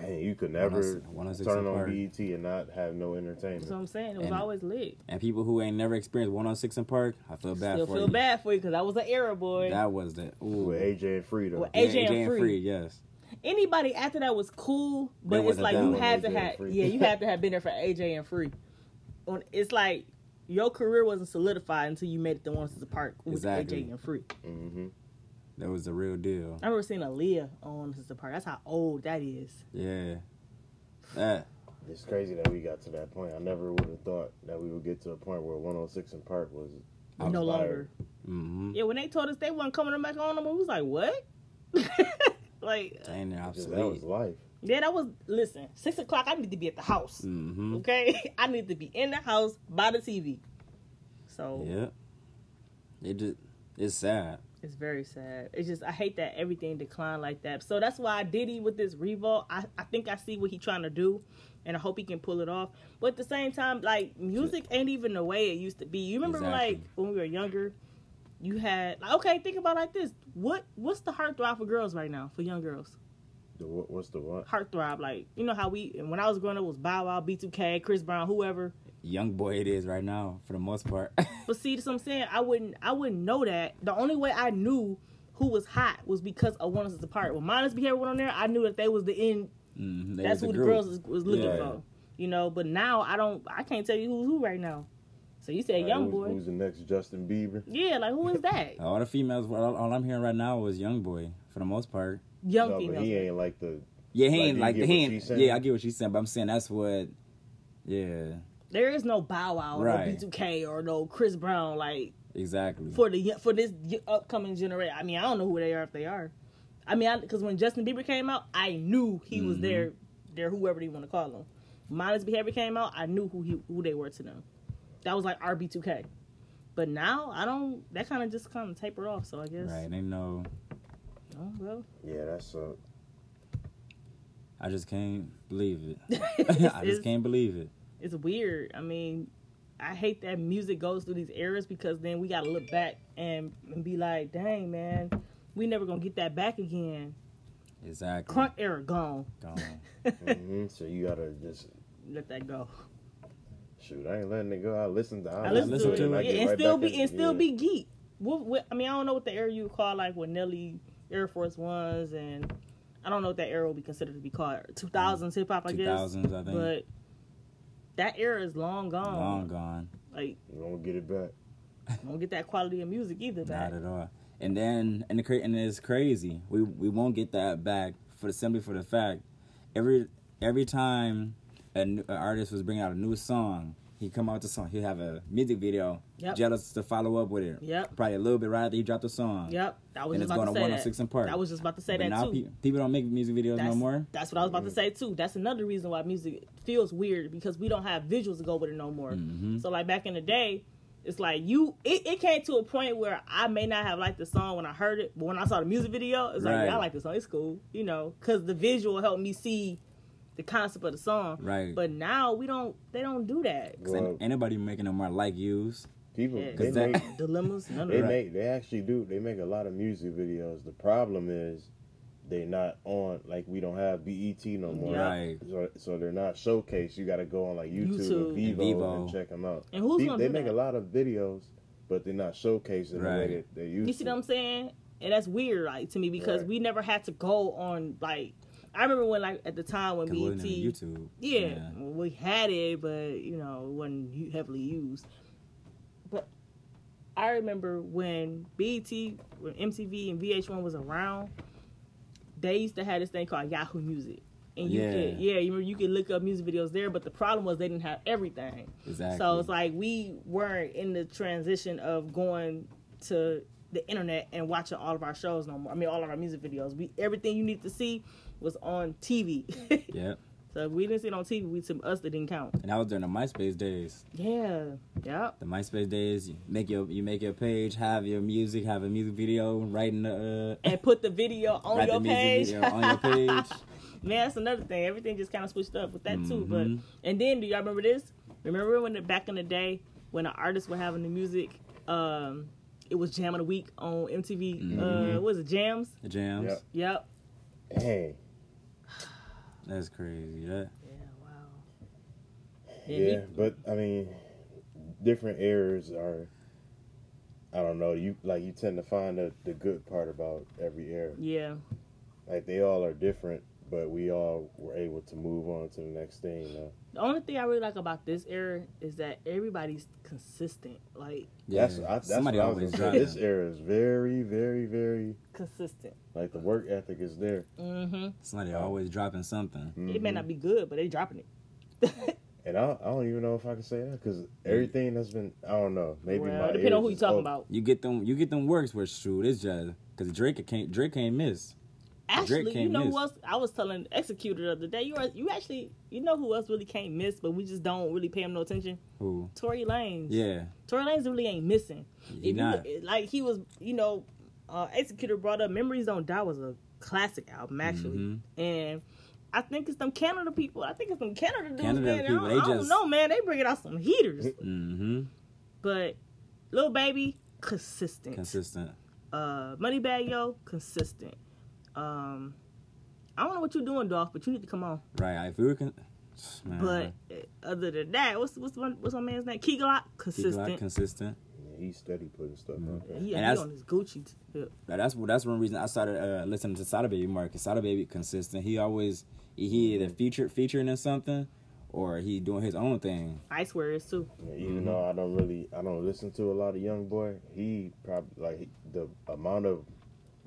S4: Dang, you could never
S3: 106
S4: turn
S3: apart.
S4: on BET and not have no entertainment.
S2: That's what I'm saying. It was
S3: And-
S2: always lit.
S3: And people who ain't never experienced 106 in Park, I feel bad
S2: Still
S3: for
S2: feel
S3: you.
S2: bad for you because I was an era boy.
S3: That was the ooh.
S4: With AJ and Frida.
S2: With
S3: Yeah,
S2: AJ and Free.
S3: yes.
S2: anybody after that was cool, but
S3: They
S2: it's
S3: wasn't
S2: like
S3: that
S2: you
S3: one,
S2: had
S4: AJ
S2: to
S4: and
S2: have
S4: Free.
S2: yeah, you
S3: [laughs]
S2: had to have been there for AJ and Free. When it's like your career wasn't solidified until you made it to Once is a Park with
S3: Exactly.
S2: AJ and Free.
S4: mm-hmm.
S3: That was the real deal.
S2: I remember seeing Aaliyah on Once is a Park. That's how old that is.
S3: Yeah. That.
S4: It's crazy that we got to that point. I never would have thought that we would get to a point where 106 and Park was.
S2: No
S4: was
S2: longer.
S3: Mm-hmm.
S2: Yeah, when they told us they wasn't coming back on them, we was like, what? [laughs] like,
S3: Dang, they're
S4: Just, that was
S3: obsolete.
S4: life.
S2: yeah, that was listen. Six o'clock. I need to be at the house.
S3: Mm-hmm.
S2: Okay, [laughs] I need to be in the house by the TV. So
S3: Yep. It just. It's sad.
S2: It's very sad. It's just I hate that everything declined like that. So that's why Diddy with this revolt. I, I think I see what he's trying to do, and I hope he can pull it off. But at the same time, like music ain't even the way it used to be. You remember
S3: Exactly.
S2: like when we were younger, you had like, okay. Think about it like this. What what's the heartthrob for girls right now for young girls?
S4: The, what, what's the what?
S2: Heartthrob like you know how we and when I was growing up it was Bow Wow, B2K, Chris Brown, whoever.
S3: Young boy, it is right now for the most part. [laughs]
S2: But see, that's what I'm saying. I wouldn't. I wouldn't know that. The only way I knew who was hot was because of one of us apart. When Minus Behavior went on there, I knew that they was the end.
S3: Mhm, they
S2: That's
S3: was
S2: who the
S3: group.
S2: girls was, was looking
S3: Yeah.
S2: for. You know. But now I don't. I can't tell you who's who right now. So you said
S4: Like,
S2: young
S4: who's,
S2: boy.
S4: Who's the next Justin Bieber?
S2: Yeah, like who is
S4: [laughs]
S2: that?
S3: All the females. All, all I'm hearing right now is young boy for the most part.
S2: Young
S4: no, but he
S2: female.
S4: ain't like the.
S3: Yeah, he
S4: Like,
S3: ain't
S4: you
S3: like
S4: get
S3: the
S4: what
S3: he
S4: she's
S3: ain't,
S4: saying?
S3: Yeah, I get what she's saying, but I'm saying that's what. Yeah,
S2: There is no Bow Wow or
S3: Right.
S2: no B2K or no Chris Brown. Like
S3: exactly.
S2: for the for this upcoming generation. I mean, I don't know who they are if they are. I mean, because when Justin Bieber came out, I knew he
S3: Mm-hmm.
S2: was their their whoever they want to call him. Modest Behavior came out, I knew who he who they were to them. That was like RB2K. But now I don't. That kind of just kind of tapered off. So I guess. [laughs]
S3: right, they know.
S2: Oh well.
S4: Yeah, that's uh,
S3: I just can't believe it. [laughs] [laughs] I
S2: It's-
S3: just can't believe it.
S2: it's weird. I mean, I hate that music goes through these eras because then we gotta look back and, and be like, dang man, we never gonna get that back again.
S3: Exactly.
S2: Crunk era gone.
S3: Gone.
S2: [laughs]
S4: hmm So you gotta just
S2: Let that go.
S4: shoot. I ain't letting it go. I listen to.
S2: I listen,
S3: listen
S2: to,
S3: to
S2: it,
S3: it.
S2: yeah,
S4: get
S2: and
S4: right
S2: still
S4: back
S2: be
S4: in-
S2: and still
S4: yeah.
S2: be geek. What, what I mean, I don't know what the era you would call like with Nelly Air Force Ones, and I don't know what that era would be considered to be called. Two thousands hip hop, I
S3: Two
S2: guess.
S3: thousands, I think.
S2: But that era is long gone.
S3: Long gone.
S2: Like,
S4: You won't get it back.
S2: don't get that quality of music either. Back.
S3: Not at all. And then and the cra- and it's crazy. We we won't get that back for simply for the fact every every time an artist was bringing out a new song, he come out with the song. He have a music video,
S2: Yep.
S3: jealous to follow up with it.
S2: Yep.
S3: Probably a little bit right after he dropped the song.
S2: Yep, I was just
S3: And it's
S2: about
S3: going
S2: to
S3: to
S2: say that.
S3: 106 and Park.
S2: I was just about to say
S3: But
S2: that
S3: now
S2: too.
S3: pe- people don't make music videos
S2: That's,
S3: no more.
S2: that's what I was about to say too. That's another reason why music feels weird because we don't have visuals to go with it no more.
S3: Mm-hmm.
S2: So like back in the day, it's like you it, it came to a point where I may not have liked the song when I heard it, but when I saw the music video, it's like,
S3: Right.
S2: yeah, I like the song. It's cool, you know, because the visual helped me see the concept of the song.
S3: Right.
S2: But now we don't. They don't do that.
S3: 'Cause an-
S4: Well,
S3: anybody making no more like yous.
S4: people
S2: Yeah.
S4: they
S3: 'Cause that-
S4: make
S2: Dilemmas. None
S4: they
S2: of that.
S4: make they actually do they make a lot of music videos. The problem is they not on like we don't have BET no more.
S2: Yeah.
S3: Right.
S4: So, so they're not showcased. You got to go on like YouTube,
S2: YouTube.
S4: and Vivo,
S3: Vivo.
S4: and check them out.
S2: And who's
S4: they,
S2: gonna
S4: they
S2: do
S4: make
S2: that?
S4: a lot of videos, but they're not showcased in the
S3: Right.
S4: way that they used
S2: You see
S4: to.
S2: what I'm saying? And that's weird, like to me, because
S4: Right.
S2: we never had to go on like. I remember when, like, at the time when
S3: 'cause we
S2: BET,
S3: wasn't even YouTube.
S2: yeah, well, we had it, but you know, it wasn't u- heavily used. But I remember when BET, when MTV and VH1 was around, they used to have this thing called Yahoo Music, and you
S3: Yeah.
S2: could, yeah, you remember you could look up music videos there. But the problem was they didn't have everything.
S3: Exactly.
S2: So it's like we weren't in the transition of going to the internet and watching all of our shows no more. I mean, all of our music videos. We everything you need to see was on TV.
S3: Yep.
S2: [laughs] so if we didn't see it on TV. We to us that didn't count.
S3: And I was during the MySpace days.
S2: Yeah. Yep.
S3: The MySpace days, you make your you make your page, have your music, have a music video, write in the uh,
S2: And put the video on
S3: write
S2: your
S3: the music
S2: page.
S3: video
S2: [laughs]
S3: on your page.
S2: Man, that's another thing. Everything just kind of switched up with that too.
S3: Mm-hmm.
S2: But and then do y'all remember this? Remember when the, back in the day when the artists were having the music, um, it was Jam of the Week on MTV.
S3: Mm-hmm.
S2: Uh, what was it Jams?
S3: The jams.
S4: Yep.
S2: Yep.
S4: Dang.
S3: That's crazy. That
S2: Yeah, wow.
S4: Yeah, but I mean, different eras are. I don't know. You like you tend to find the, the good part about every era.
S2: yeah,
S4: Like they all are different, but we all were able to move on to the next thing. You know?
S2: the only thing I really like about this era is that everybody's consistent, like
S3: yeah.
S4: That's, I, that's
S3: Somebody
S4: what I was
S3: always
S4: gonna
S3: dropped.
S4: say. This era is very, very, very
S2: consistent.
S4: like the work ethic is there.
S2: Mm-hmm.
S3: Somebody always dropping
S4: Mm-hmm.
S3: something.
S2: It may not be good, but they dropping
S3: [laughs]
S2: it.
S4: And I, I don't even know if I can say that because everything that's been I don't know maybe
S2: well,
S4: my
S2: depending on
S4: ears
S2: who you
S4: is
S2: talking
S3: oh,
S4: open.
S2: about.
S3: You get them you get them works where shoot, it's just cause Drake can't Drake can't miss.
S2: Actually, you
S3: can't
S2: know
S3: miss.
S2: who else? I was telling Executor the other day. You are, you actually you know who else really can't miss, but we just don't really pay him no attention.
S3: Who?
S2: Tory Lanez.
S3: Yeah.
S2: Tory Lanez really ain't missing. If you
S3: not.
S2: look- like he was, you know, uh, Executor brought up "Memories Don't Die" was a classic album actually,
S3: Mm-hmm.
S2: and I think it's them Canada people. I think it's them Canada dudes.
S3: Canada
S2: man.
S3: people,
S2: I,
S3: they
S2: don't, I don't
S3: just-
S2: know, man. They bringing out some heaters,
S3: Mm-hmm.
S2: but little baby consistent.
S3: Consistent.
S2: uh, Moneybag Yo consistent. Um, I don't know what you're doing, Dolph, but you need to come on.
S3: Right. If we were con- [sighs] man,
S2: But uh, other than that, what's what's one, what's my man's name? Key Glock
S3: keep it
S2: consistent.
S3: like consistent.
S4: Yeah, he steady putting stuff
S3: Mm-hmm.
S4: out there.
S2: He, he
S3: that's-
S2: on his Gucci. t- yeah.
S3: Now, that's that's one reason I started uh, listening to Sada Baby more because Sada Baby consistent. He always he either featured featuring in something or he doing his own thing.
S2: Ice Warriors too.
S4: Yeah, Even though I don't really, I don't listen to a lot of Young Boy. He probably like he- the amount of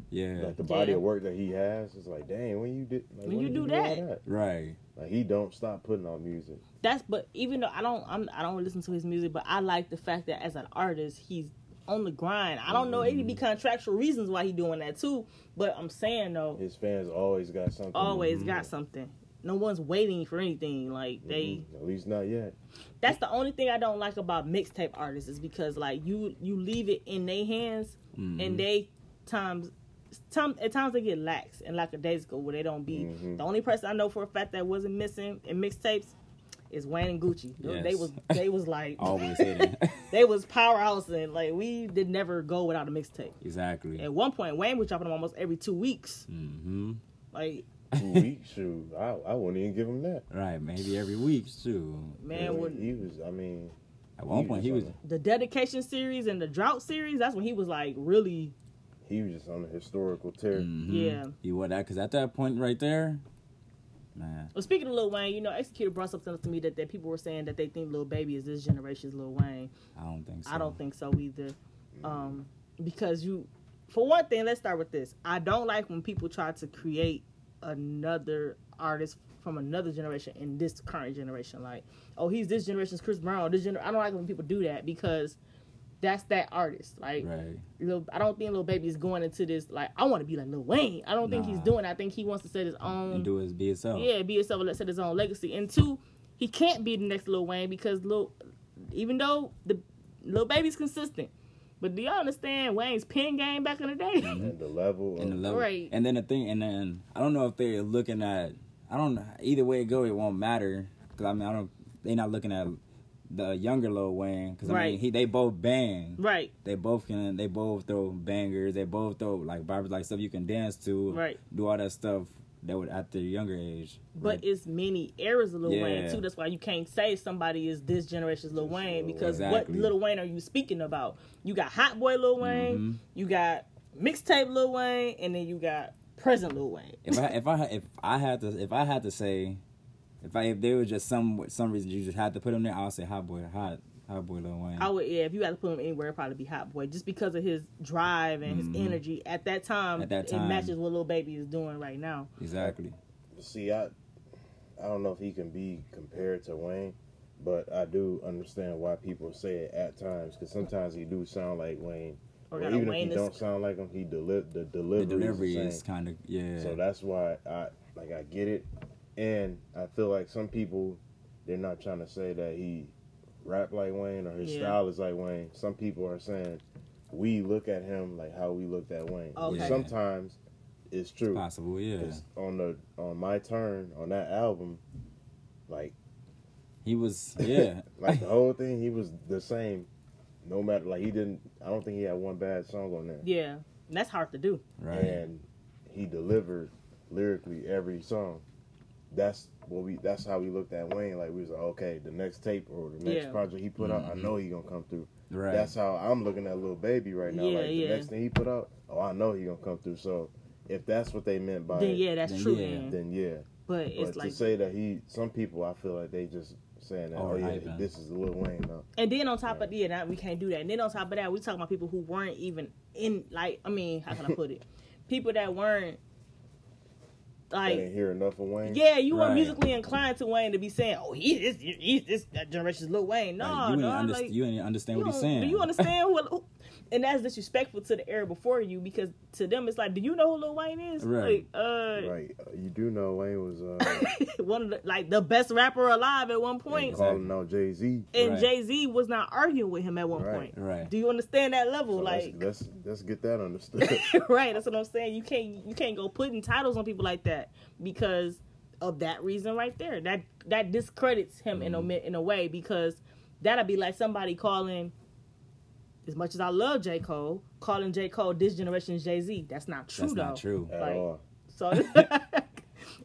S3: Yeah,
S4: like the body
S2: Yeah.
S4: of work that he has is like, dang, when you did, like,
S2: When you
S4: did
S2: do
S4: all
S2: that.
S3: right.
S4: like he don't stop putting out music.
S2: That's but even though I don't I'm, I don't listen to his music, but I like the fact that as an artist he's on the grind. I don't know it could be contractual reasons why he doing that too, but I'm saying though,
S4: His fans always got something.
S2: always got something. No one's waiting for anything. Like they.
S4: Mm-hmm. at least
S3: [laughs]
S4: not yet.
S2: that's the only thing I don't like about mixtape
S3: Mm-hmm.
S2: artists is because like you you leave it in their hands and they times some at times they get lax and like a days ago where they don't be.
S3: Mm-hmm.
S2: The only person I know for a fact that wasn't missing in mixtapes is Wayne and Gucci. They- They
S3: Yes.
S2: was they was like
S3: [laughs] Always hitting.
S2: [laughs] they was powerhouse and like we did never go without a mixtape.
S3: Mm-hmm. exactly.
S2: At one point, Wayne was dropping them almost every two weeks.
S3: hmm
S2: Like
S4: Two weeks, shoot. I, I wouldn't even give him that.
S3: Right. Maybe every week too.
S2: man,
S4: Like,
S2: when
S4: he was, I mean,
S3: At one point, he was.
S4: on
S2: the dedication series and the drought series, that's when he was like really
S4: a- he was just on a historical tear.
S3: Mhm.
S2: yeah.
S3: He was that because at that point right there, man.
S2: Well, speaking of Lil Wayne, you know, Executor brought something up to me that, that people were saying that they think Lil Baby is this generation's Lil Wayne.
S3: I don't think so.
S2: I don't think so either. Um, because you, for one thing, let's start with this. I don't like when people try to create another artist from another generation in this current generation. Like, oh, he's this generation's Chris Brown. This gener- I don't like when people do that because that's that artist. Like,
S3: Right.
S2: Lil, I don't think Lil Baby is going into this. Like, I want to be like Lil Wayne. I don't think he's
S3: Nah.
S2: doing. It. I think he wants to set his own.
S3: And do his be itself.
S2: Yeah, be yourself and let set his own legacy. And two, he can't be the next Lil Wayne because Lil, even though the Lil Baby's consistent, but do y'all understand Wayne's pen game back in the day?
S4: And the level
S3: Mm-hmm. And the
S4: of-
S3: level.
S2: Right.
S3: And then the thing, and then I don't know if they're looking at. I don't. Either way it go, it won't matter. Cause I mean, I don't. They're not looking at the younger Lil Wayne. Cause I
S2: Right.
S3: mean, he they both bang.
S2: [laughs] right.
S3: They both can. They both throw bangers. They both throw like barbers, like stuff you can dance to.
S2: Right.
S3: Do all that stuff that would at their younger age.
S2: But
S3: Right.
S2: it's many eras of Lil Wayne
S3: Yeah.
S2: too. That's why you can't say somebody is this generation's Lil Wayne because
S3: Exactly.
S2: what Lil Wayne are you speaking about? You got Hot Boy Lil Wayne,
S3: Mm-hmm.
S2: you got mixtape Lil Wayne, and then you got present Lil Wayne.
S3: if I if I if I had to if I had to say, if I if there was just some some reason you just had to put him there, I'll say hot boy, hot hot boy Lil Wayne.
S2: I would, yeah. If you had to put him anywhere, it'd probably be Hot Boy, just because of his drive and his energy at that time.
S3: Mm-hmm. At that time.
S2: it matches what Lil Baby is doing right now.
S3: exactly.
S4: see, I, I don't know if he can be compared to Wayne, but I do understand why people say it at times because sometimes he do sound like Wayne,
S2: Or
S4: or,
S2: got a
S4: even
S2: Oh, Wayne
S4: if he
S2: is-
S4: don't sound like him, he deli- the
S3: The
S4: delivery,
S3: delivery
S4: is, the
S3: is
S4: same.
S3: kind of yeah.
S4: So that's why I like I get it, and I feel like some people they're not trying to say that he rap like Wayne or his
S2: Yeah.
S4: style is like Wayne. Some people are saying we look at him like how we looked at Wayne. which
S2: Okay.
S4: Sometimes it's true.
S3: possible, yeah.
S4: 'Cause on the on my turn on that album,
S2: [laughs]
S4: like
S3: He was yeah.
S4: [laughs] like the whole thing, he was the same. No matter like he didn't. I don't think he had one bad song on there.
S2: Yeah, and that's hard to do.
S3: right.
S4: and he delivered lyrically every song. That's what we. That's how we looked at Wayne. Like we was like, okay, the next tape or the next
S2: Yeah. Mm-hmm.
S4: project he put out, I know he gonna come through.
S3: Right.
S4: That's how I'm looking at little baby right now.
S2: Yeah,
S4: like the
S2: yeah.
S4: next thing he put out, oh, I know he gonna come through. So if that's what they meant by
S2: Then
S4: it,
S2: yeah, that's
S3: Then
S2: true.
S3: yeah.
S2: Then.
S4: then yeah.
S2: But
S4: But
S2: it's
S4: to
S2: like,
S4: say that he, some people, I feel like they just saying that, oh yeah,
S3: Overhyping.
S4: this is Lil Wayne. Now.
S2: and then on top of yeah, that we can't do that. And then on top of that, we talking about people who weren't even in. Like, I mean, how can I put
S4: [laughs]
S2: it? people that weren't
S4: I
S2: like
S4: didn't hear enough of Wayne.
S2: Yeah, you are
S3: Right.
S2: musically inclined to Wayne to be saying, "Oh, he is, he is this that generation's Lil Wayne." No,
S3: Like,
S2: no,
S3: you, didn't underst-
S2: like,
S3: you didn't understand
S2: you
S3: what
S2: don't-
S3: he's saying.
S2: Do you
S3: [laughs]
S2: understand what? who- And that's disrespectful to the era before you because to them it's like, do you know who Lil Wayne is? Like,
S3: Right.
S2: uh,
S4: Right. You do know Wayne
S2: [coughs]
S4: was uh,
S2: [laughs] one of the, like the best rapper alive at one point,
S3: Exactly.
S4: calling out Jay Z.
S2: and
S3: Right.
S2: Jay Z was not arguing with him at one
S4: Right.
S2: point.
S3: Right.
S2: Do you understand that level?
S4: So let's-
S2: like,
S4: let's, let's get that
S2: [laughs]
S4: understood.
S2: right that's what i'm saying you can't you can't go putting titles on people like that because of that reason right there that that discredits him in a mi- in a way because that'll be like somebody calling as much as i love j cole calling j cole this generation's jay-z that's not true
S3: That's
S2: though
S3: not true.
S4: at
S2: Like,
S4: all.
S2: so [laughs]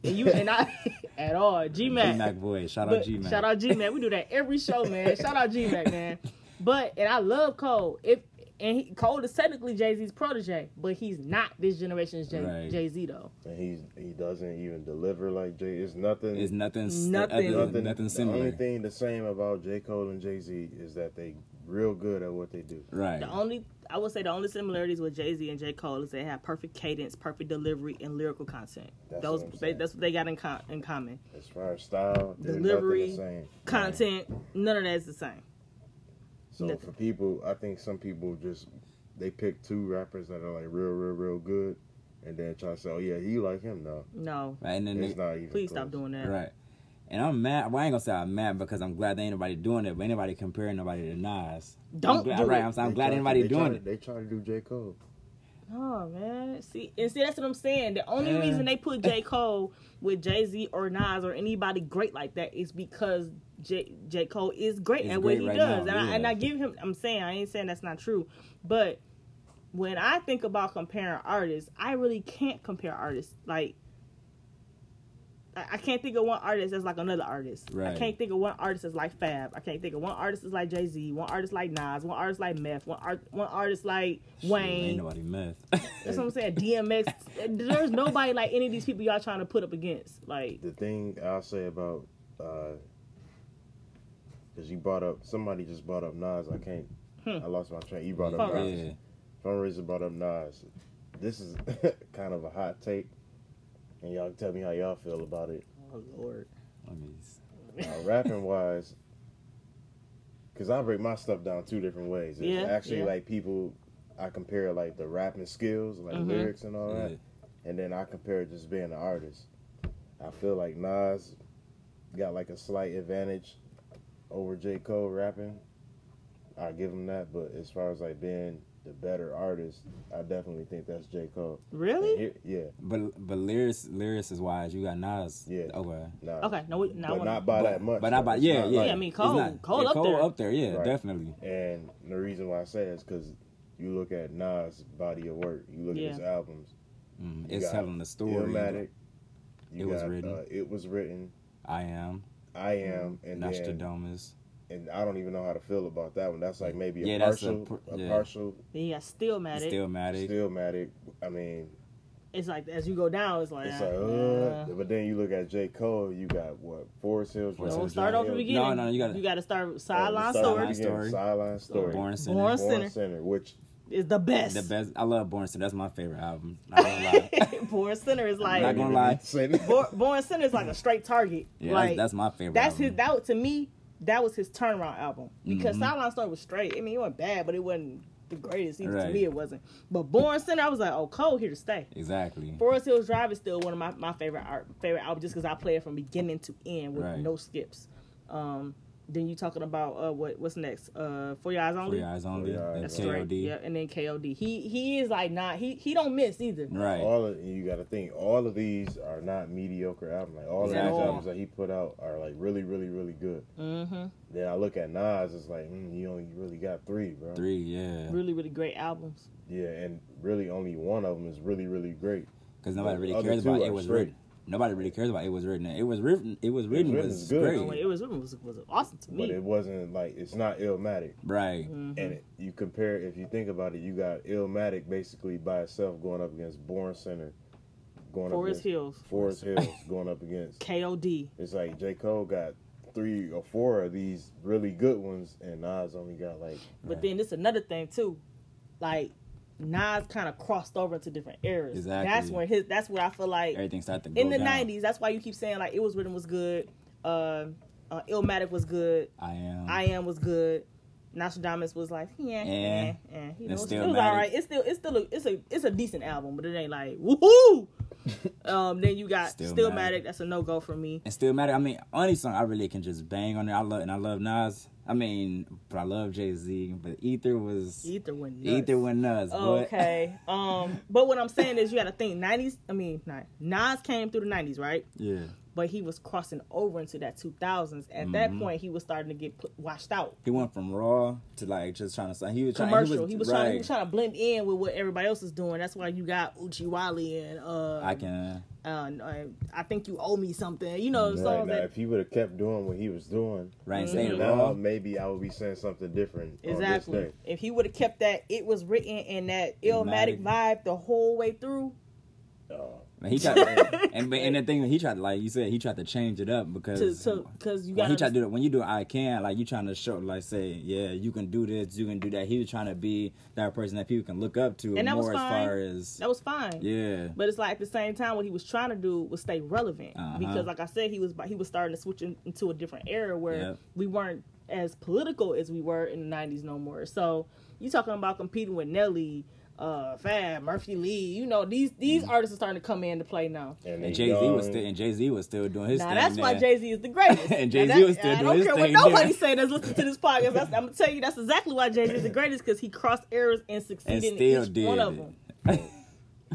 S2: and you and i [laughs] at all g-mac,
S3: G Mac boy, shout out
S2: but
S3: G Mac.
S2: Shout out G Mac. We do that every show, man. shout out G Mac, man. But and I love Cole. If and he, Cole is technically Jay Z's protege, but he's not this generation's Jay
S3: Right.
S2: Z though.
S4: And he's he doesn't even deliver like Jay. It's nothing.
S3: It's nothing. st-
S2: Nothing.
S3: Other, nothing.
S4: the
S3: Nothing similar.
S4: only thing the same about J Cole and Jay Z is that they real good at what they do.
S3: right.
S2: The only I would say the only similarities with Jay Z and J Cole is they have perfect cadence, perfect delivery, and lyrical content.
S4: That's
S2: Those
S4: what I'm
S2: they,
S4: saying.
S2: that's what they got in com- in common.
S4: As far as style, they're
S2: Delivery,
S4: nothing the same.
S2: Content, none of that's the same.
S4: So
S2: nothing.
S4: for people, I think some people just they pick two rappers that are like real, real, real good, and then try to say, "Oh yeah, he like him." No,
S2: No,
S3: right. And then
S4: it's
S3: they,
S4: not even.
S2: please stop
S4: close.
S2: doing that.
S3: right. And I'm mad. Well, I ain't gonna say I'm mad because I'm glad there ain't nobody doing it. But anybody comparing nobody to Nas.
S2: Don't
S3: I'm glad,
S2: do
S3: right.
S2: it.
S3: I'm, I'm
S4: They
S3: glad
S4: try-
S3: anybody
S4: they
S3: doing
S4: try,
S3: it.
S4: They try to do J Cole.
S2: No man, see and see that's what I'm saying. The only
S3: Yeah.
S2: reason they put
S3: [laughs]
S2: J Cole with Jay Z or Nas or anybody great like that is because J J Cole is great
S3: He's
S2: at
S3: great
S2: what he
S3: right
S2: does,
S3: now,
S2: and I and
S3: yeah.
S2: I give him. I'm saying I ain't saying that's not true, but when I think about comparing artists, I really can't compare artists. Like I, I can't think of one artist that's like another artist.
S3: Right.
S2: I can't think of one artist that's like Fab. I can't think of one artist that's like Jay Z. One artist like Nas. One artist like Meth. One art. One artist like Wayne.
S3: Ain't nobody [laughs] myth.
S2: That's what I'm saying. DMX. There's nobody like any of these people y'all trying to put up against. Like,
S4: the thing I'll say about because you brought up somebody just brought up Nas. I can't.
S2: Hmm.
S4: I lost my train. You brought up
S2: Fundraiser.
S4: Nas.
S3: yeah.
S4: Fundraiser brought up Nas. This is [laughs] kind of a hot take, and y'all tell me how y'all feel about it.
S2: oh lord.
S3: Let me s-
S4: Now, Uh, rapping wise, because I break my stuff down two different ways. It's
S2: Yeah,
S4: actually
S2: yeah.
S4: like people. I compare like the rapping skills, like
S2: Mhm.
S4: lyrics and all that.
S3: yeah.
S4: and then I compare it just being an artist. I feel like Nas got like a slight advantage over J. Cole rapping. I give him that, but as far as like being the better artist, I definitely think that's J. Cole.
S2: Really?
S4: And he- yeah,
S3: But but lyrics lyrics is wise. You got Nas.
S4: Yeah.
S3: Okay.
S4: nah.
S2: Okay. No. we- Now I
S4: but
S2: wanna,
S4: not by
S3: but,
S4: that much.
S3: But I
S4: though.
S3: by
S4: It's
S3: yeah
S4: not
S3: yeah.
S4: like-
S2: I mean,
S3: It's
S2: Cole-
S3: not-
S2: Cole
S3: yeah,
S2: up there.
S3: up there. Yeah,
S4: Right.
S3: definitely.
S4: And the reason why I say that is because you look at Nas' body of work, you look
S2: Yeah.
S4: at his albums.
S3: Mm,
S4: You
S3: it's
S4: got
S3: telling the story.
S4: Illmatic. You
S3: It Was
S4: got,
S3: Written.
S4: Uh, it was written.
S3: I am
S4: I am,
S3: Mm-hmm.
S4: and then
S3: Nostradamus.
S4: and I don't even know how to feel about that one. That's like maybe a
S3: Yeah, that's a
S4: partial, a,
S3: pr- yeah.
S4: partial
S2: then you got Stillmatic.
S3: Stillmatic.
S4: stillmatic. I mean,
S2: it's like as you go down, it's like.
S4: it's
S2: uh,
S4: like, uh, but then you look at J Cole. You got what Forest Hills.
S3: Forest
S2: don't
S3: Hills
S2: start off the
S4: Hill-
S2: beginning.
S3: No, no, you gotta-
S2: You got to start with
S4: uh,
S2: sideline
S4: start
S2: story.
S4: at the beginning,
S3: Story.
S4: Sideline story.
S3: Born Sinner.
S2: Born
S4: Born
S2: Sinner
S4: Sinner, which
S2: is the best.
S3: The best. I love Born Sinner. That's my favorite album. Not gonna lie.
S2: [laughs] Born Sinner is
S4: I
S2: like.
S3: Not gonna
S4: don't even
S3: lie.
S4: need to say that.
S2: Born, Born Sinner is like a straight target.
S3: Yeah,
S2: like,
S3: that's, that's my favorite.
S2: That's
S3: album.
S2: his. That was- to me. That was his turnaround album because
S3: Mhm.
S2: Sideline Story was straight. I mean, it wasn't bad, but it wasn't the greatest. Even
S3: Right.
S2: to me, it wasn't. But Born Center, I was like, oh, Cole here to stay.
S3: Exactly.
S2: Forest Hills Drive is still one of my, my favorite art, favorite albums just because I play it from beginning to end with
S3: Right.
S2: no skips. Um, then you talking about uh, what what's next? Uh, For Your Eyes
S3: For
S2: Only.
S3: your eyes only.
S4: Your Eyes
S3: That's
S2: That's
S4: Only.
S2: straight.
S3: K.O.D.
S2: Yeah, and then KOD. He he is like not he he don't miss either.
S3: Right.
S4: All of, you got to think all of these are not mediocre albums. Like all of these
S3: At all.
S4: albums that he put out are like really, really, really good.
S2: hmm
S4: Then I look at Nas, it's like mm, you only really got three, bro.
S3: Three. Yeah.
S2: Really really great albums.
S4: Yeah, and really only one of them is really, really great.
S3: Because nobody really
S4: Other
S3: cares
S4: two
S3: about
S4: are
S3: it was
S4: straight.
S3: written. Nobody really cares about it was written. It was written. It was written
S4: written
S3: was
S4: is good.
S2: Oh,
S3: great.
S2: it was it was, was awesome to
S4: But
S2: me. Mm-hmm.
S4: it wasn't like it's not Illmatic.
S3: Right.
S2: Mm.
S4: And it, you compare, if you think about it, you got Illmatic basically by itself going up against Born Center, going
S2: Forest
S4: up against
S2: Hills,
S4: Forest Hills, going up against.
S2: KOD.
S4: It's like J Cole got three or four of these really good ones, and Nas only got like
S2: But then it's another thing too, like Nas kind of crossed over into different eras.
S3: Exactly.
S2: That's where his. That's where I feel like
S3: Everything started to go
S2: in the
S3: down.
S2: '90s. That's why you keep saying like it was written was good, uh, uh, Illmatic was good,
S3: I am.
S2: I Am was good, Nostradamus was like yeah,
S3: Eh.
S2: yeah, yeah. You
S3: And
S2: know, it was
S3: still
S2: all
S3: Matic.
S2: right. It's still it's still a, it's a it's a decent album, but it ain't like woohoo.
S3: [laughs]
S2: um, then you got
S3: Still
S2: Still
S3: Matic.
S2: Matic. That's a no go for
S3: [laughs]
S2: me.
S3: and still matter. I mean, on any song, I really can just bang on it. I love and I love Nas. I mean, but I love Jay Z. But Ether was
S2: Ether went nuts.
S3: Ether went nuts. boy.
S2: Okay. um, but what I'm saying is, you got to think '90s. I mean, not- Nas came through the '90s, right?
S3: [laughs] yeah.
S2: But he was crossing over into that 2000s. At
S3: Mm-hmm.
S2: that point, he was starting to get put, washed out.
S3: He went from raw to like just trying to. sign- He was trying.
S2: Commercial. He was,
S3: right.
S2: trying. He was trying to blend in with what everybody else is doing. That's why you got Uchi Wally and uh,
S3: I can.
S2: uh, I think you owe me something. You know,
S4: right
S2: songs
S4: now.
S2: that
S4: If he would have kept doing what he was doing,
S3: Right. Say it
S4: now
S3: raw.
S4: maybe I would be saying something different.
S3: Oh,
S4: on this
S2: exactly.
S4: day.
S2: If he would have kept that, it was written in that Illmatic
S3: Illmatic.
S2: vibe the whole way through.
S3: Uh,
S4: Oh,
S3: Man, he tried.
S2: [laughs]
S3: to, and but- and the thing he tried to like you said he tried to change it up because
S2: To because you
S3: when
S2: got
S3: he tried to do that when you do I can like you trying to show like say yeah you can do this you can do that. He was trying to be that person that people can look up to
S2: And that was
S3: more as
S2: fine.
S3: far as
S2: that was fine.
S3: yeah.
S2: But it's like at the same time, what he was trying to do was stay relevant
S3: Uh-huh.
S2: because, like I said, he was he was starting to switch in, into a different era where
S3: Yep.
S2: we weren't as political as we were in the '90s no more. So you talking about competing with Nelly, uh, Fab, Murphy Lee? You know these these
S3: Mm-hmm.
S2: artists are starting to come in to play now.
S4: he
S3: And Jay Z was
S4: young.
S3: still and Jay Z was still doing his
S2: Now
S3: thing.
S2: that's why
S3: there.
S2: Jay Z is the greatest.
S3: [laughs] And
S2: Now
S3: Jay-Z
S2: that-
S3: was still
S2: I
S3: doing
S2: don't
S3: his
S2: care
S3: thing
S2: what nobody
S3: there.
S2: say that's listening to this podcast. That's, I'm gonna tell you that's exactly why Jay Z is the greatest because he crossed eras and
S3: and
S2: succeeded in
S3: still
S2: each
S3: did
S2: one of
S3: [laughs] it.
S2: them.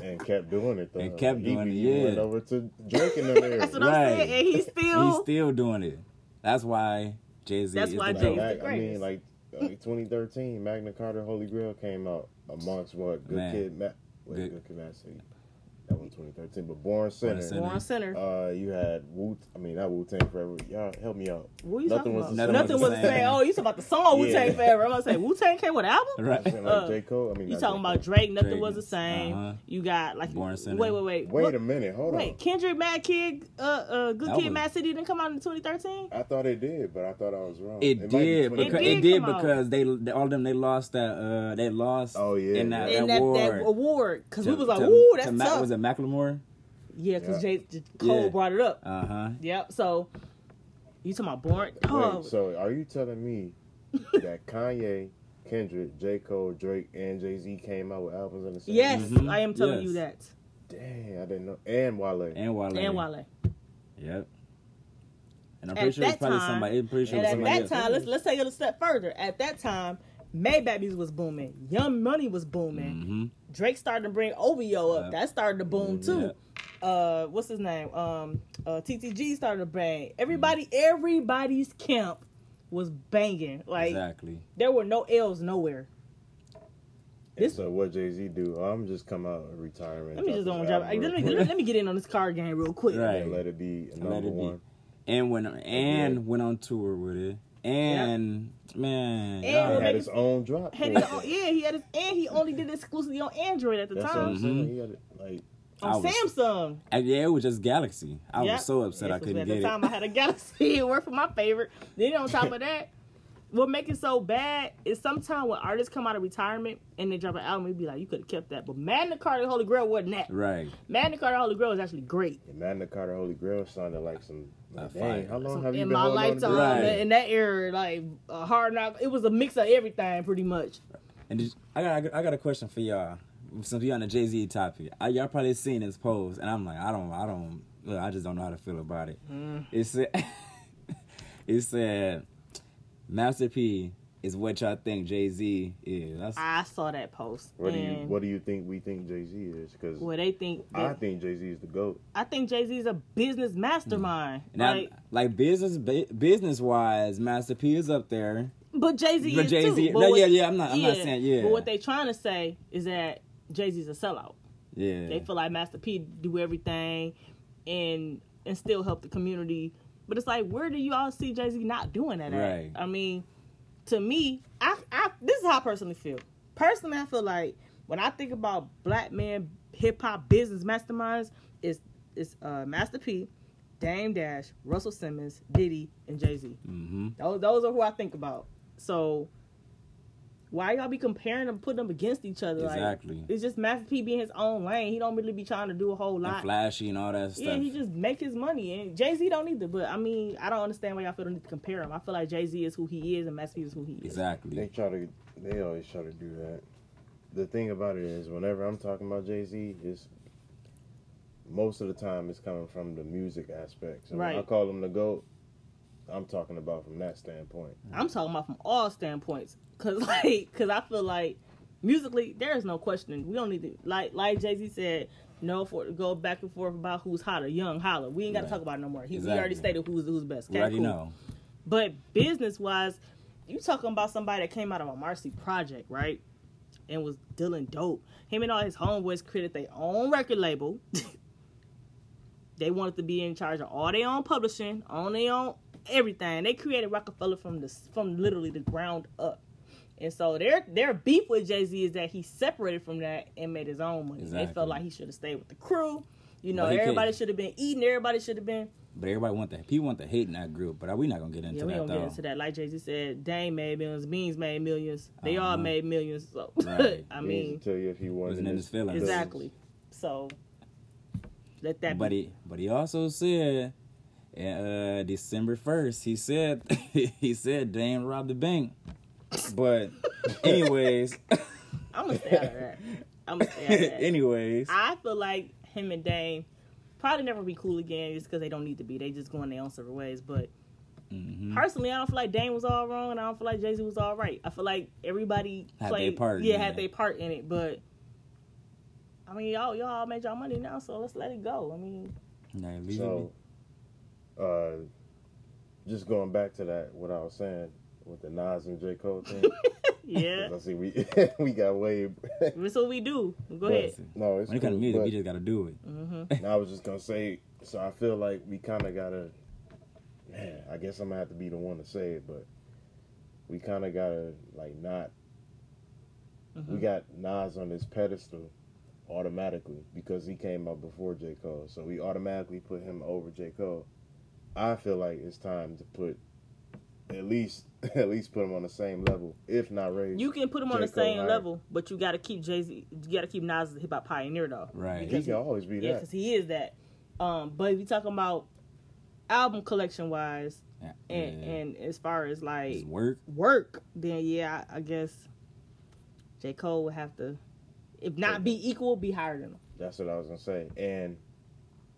S4: and kept doing it though.
S3: [laughs] And kept
S4: He
S3: doing
S4: be-
S3: it,
S4: he Went
S3: yeah.
S4: over to
S2: [laughs]
S4: Drake in the
S2: That's what
S4: area.
S2: I'm
S3: Right.
S2: saying. And he's
S3: He's
S2: still,
S3: still doing it. That's why Jay Z.
S2: That's
S3: is
S2: why
S3: the
S2: Jay-Z-
S4: [laughs]
S3: GOAT.
S4: Like, I mean,
S2: greatest.
S4: like, uh, like 2013, Magna Carta Holy Grail came out amongst what Good
S3: Man.
S4: Kid Ma- wait,
S3: Good-
S4: Good. Kid, Mad City. That was 2013, but Born Sinner.
S3: Sinner.
S2: Warren Center.
S4: Uh, you had Wu. I mean, not Wu Tang Forever. Y'all help me out.
S2: what are you
S4: nothing
S2: talking
S4: was
S2: about?
S4: the
S2: Nothing,
S3: same.
S2: was the same. Oh, you talking about the song Wu Tang
S4: Yeah.
S2: Forever? I'm gonna say Wu Tang came with an
S3: [laughs]
S2: album. [laughs]
S4: I'm saying,
S3: Right.
S4: like
S2: Uh,
S4: J Cole. I mean,
S2: You
S4: not
S2: talking
S4: J.
S2: about
S4: Cole.
S2: Drake? Nothing
S3: Drake
S2: was the
S3: is-
S2: same.
S3: uh-huh.
S2: You got like
S3: Born Sinner.
S2: wait, wait, wait,
S4: Wait
S2: What-
S4: a minute. Hold
S2: Wait, Kendrick, Mad Kid, uh, uh, Good
S3: That
S2: Kid,
S3: was-
S2: Mad City didn't come out in 2013.
S4: on. I thought it did, but I thought I was wrong.
S3: It,
S4: might be
S3: did
S4: 20.
S3: because
S2: It
S3: it
S2: did
S3: did,
S2: come out.
S3: because they, they all them they lost that uh they lost
S4: Oh, yeah.
S3: in that,
S2: And
S3: that
S2: that,
S3: war
S2: that award, because
S3: to-
S2: we was like,
S3: to-
S2: ooh,
S3: to
S2: that's
S3: Ma-
S2: tough.
S3: was it Macklemore
S2: Yeah, because
S4: Yeah.
S2: Jay Cole
S3: Yeah.
S2: brought it up.
S3: uh huh
S2: Yep. So you talking about born? Oh,
S4: Wait, so are you telling me that Kanye, Kendrick, J. Cole, Drake, and Jay Z came out with albums in the
S2: [laughs]
S4: same?
S2: yes,
S3: Mhm.
S2: I am telling
S3: Yes.
S2: you that.
S4: Dang, I didn't know. And Wale.
S3: and Wale
S2: And Wale.
S3: yep and I'm
S2: At
S3: pretty sure it's
S2: that
S3: probably
S2: time-
S3: somebody I'm pretty sure
S2: And
S3: it's
S2: at
S3: somebody
S2: that
S3: else.
S2: time, let's let's take it a step further. At that time, Maybach music was booming. Young Money was booming.
S3: Mhm.
S2: Drake started to bring OVO up.
S3: Yep. Mm,
S2: That started to boom too. Uh, what's his name? Um, uh, TTG started to
S3: Mm.
S2: bang. Everybody, everybody's camp was banging. Like
S3: exactly
S2: there were no L's nowhere. This
S4: So what Jay Z do? I'm just come out of retirement.
S2: let me just
S4: drop
S2: don't
S4: this
S2: drop.
S4: album
S2: Let
S4: real
S2: me,
S4: quick,
S2: let me get in on this card game real quick.
S3: Right.
S4: and let it be a
S3: Let
S4: number
S3: it be.
S4: one.
S3: and went and went on tour with it and man
S2: And
S4: He
S2: we'll
S3: y'all-
S4: had
S2: make
S4: his
S2: it-
S4: own drop.
S2: Oh, Had
S4: for
S2: his
S4: it.
S2: own, yeah, he had his, and he only did it exclusively on Android at the
S4: That's what
S2: time
S4: I'm
S3: Mm-hmm.
S4: saying. He had it, like
S3: I
S2: on
S3: was-
S2: Samsung.
S3: and yeah it was just Galaxy I
S2: Yep.
S3: was so upset
S2: This
S3: I
S2: was
S3: couldn't
S2: at
S3: get
S2: the time
S3: it
S2: I had a Galaxy. [laughs] It worked for my favorite. Then on top of that, what make it so bad is sometimes when artists come out of retirement and they drop an album, we be like, you could have kept that. But Magna Carta Holy Grail wasn't that.
S3: right
S2: Magna Carta Holy Grail is actually great.
S4: the Magna Carta Holy Grail sounded like some.
S3: Like
S4: Like, dang,
S3: fire.
S4: how long
S2: So
S4: have you
S2: in
S4: been
S2: my
S4: holding on to
S2: lifetime,
S4: this?
S3: Right.
S2: in that era, like uh, hard knock, it was a mix of everything, pretty much.
S3: And did, I got I got- I got a question for y'all. Since we on the Jay Z topic, I, y'all probably seen his post, and I'm like, I don't, I don't, look, I just don't know how to feel about it.
S2: Mm.
S3: It said, [laughs] it said, Master P is what y'all think Jay Z is. That's,
S2: I saw that post.
S4: What do you
S2: and
S4: What do you think we think Jay Z is? Because
S2: Well, they think
S4: I think Jay Z is the goat.
S2: I think Jay Z is a business mastermind.
S3: and I-
S2: Like,
S3: like business business wise, Master P is up there.
S2: but Jay Z
S3: But
S2: is
S3: Jay-Z-
S2: too.
S3: no,
S2: what-
S3: yeah, yeah, I'm not- I'm not saying- yeah.
S2: But what they trying to say is that Jay Z is a sellout.
S3: Yeah,
S2: They feel like Master P do everything and and still help the community. But it's like, where do you all see Jay Z not doing that? at?
S3: Right.
S2: I mean, to me, I, I this is how I personally feel. Personally, I feel like when I think about black man hip hop business masterminds, it's it's uh, Master P, Dame Dash, Russell Simmons, Diddy, and Jay Z.
S3: mm-hmm.
S2: Those those are who I think about. So why y'all be comparing them, putting them against each other?
S3: Exactly.
S2: Like, it's just Master P being his own lane. He don't really be trying to do a whole
S3: and
S2: lot.
S3: flashy and all that stuff.
S2: Yeah, he just make his money, and Jay Z don't either. But I mean, I don't understand why y'all feel the need to compare him. I feel like Jay Z is who he is, and Master P is who he is.
S4: They
S3: exactly.
S4: try to. They always try to do that. The thing about it is, whenever I'm talking about Jay Z, it's most of the time it's coming from the music aspect. So when I
S2: Right.
S4: call him the goat, I'm talking about from that standpoint.
S2: I'm talking about from all standpoints, cause [laughs] like, cause I feel like musically there is no question. We don't need to like like Jay Z said. No, for go back and forth about who's hotter, Young holler. We ain't got to
S3: Right.
S2: talk about it no more. He, We
S3: Exactly.
S2: already stated who's who's best.
S3: We
S2: Okay,
S3: already
S2: cool.
S3: know.
S2: But business wise, you talking about somebody that came out of a Marcy project, right? And was dealing dope. Him and all his homeboys created their own record label. [laughs] they wanted to be in charge of all their own publishing, on their own everything. They created Rockefeller from the from literally the ground up. And so their their beef with Jay Z is that he separated from that and made his own money. They
S3: Exactly.
S2: felt like he should have stayed with the crew. You know,
S3: But he
S2: everybody
S3: couldn't.
S2: should have been eating. Everybody should have been
S3: But everybody want the people want the hate in that group. But we not gonna get into
S2: yeah, we
S3: that
S2: don't
S3: though.
S2: get into that. Like Jay Z said, Dame made millions, Beans made millions. They all
S3: Uh-huh.
S2: made millions. So [laughs]
S3: Right.
S2: I
S4: He needs
S2: mean,
S4: to tell you if he
S3: Wasn't
S4: wasn't
S3: in his feelings.
S2: exactly. So let that
S3: but
S2: be.
S3: he but he also said uh December first, he said [laughs] he said Dame robbed the bank.
S2: [laughs]
S3: But anyways
S2: I'm gonna stay out of that. I'm gonna
S3: [laughs]
S2: stay out of that.
S3: anyways
S2: I feel like him and Dame probably never be cool again just because they don't need to be. They just going their own separate ways. But
S3: mhm.
S2: personally, I don't feel like Dame was all wrong, and I don't feel like Jay Z was all right. I feel like everybody
S3: Had they
S2: played,
S3: part in
S2: yeah, had
S3: it.
S2: their part in it. But I mean, y'all, y'all all made y'all money now, so let's let it go. I mean,
S3: Nah, leave
S4: So, uh, just going back to that, what I was saying with the Nas and J Cole thing. 'cause
S2: [laughs]
S4: [laughs]
S2: yeah,
S4: I see we we got way.
S2: that's what we do. Go
S4: [laughs] But-
S2: ahead. Mm-hmm.
S4: No,
S3: it.
S4: it's
S3: When it comes to
S4: cool,
S3: music,
S4: but-
S3: we just gotta do it.
S4: And I was just gonna say, so I feel like we kind of gotta. Man, I guess I'm gonna have to be the one to say it, but we kind of gotta like not. We got Nas on this pedestal automatically because he came out before J Cole, so we automatically put him over J Cole. I feel like it's time to put at least [laughs] at least put him on the same level, if not raise.
S2: You can put them on
S4: J.
S2: the
S4: Cole
S2: same
S4: higher.
S2: level, but you got to keep Jay Z. You got to keep Nas as a hip hop pioneer though.
S3: Right.
S4: He can always be
S2: Yeah,
S4: that.
S2: because he is that. Um, but if you talking about album collection wise,
S3: Yeah.
S2: and
S3: Yeah.
S2: and as far as
S3: Just
S2: like
S3: work.
S2: work, then yeah, I, I guess J Cole would have to, if not be equal, be higher than him.
S4: That's what I was gonna say. And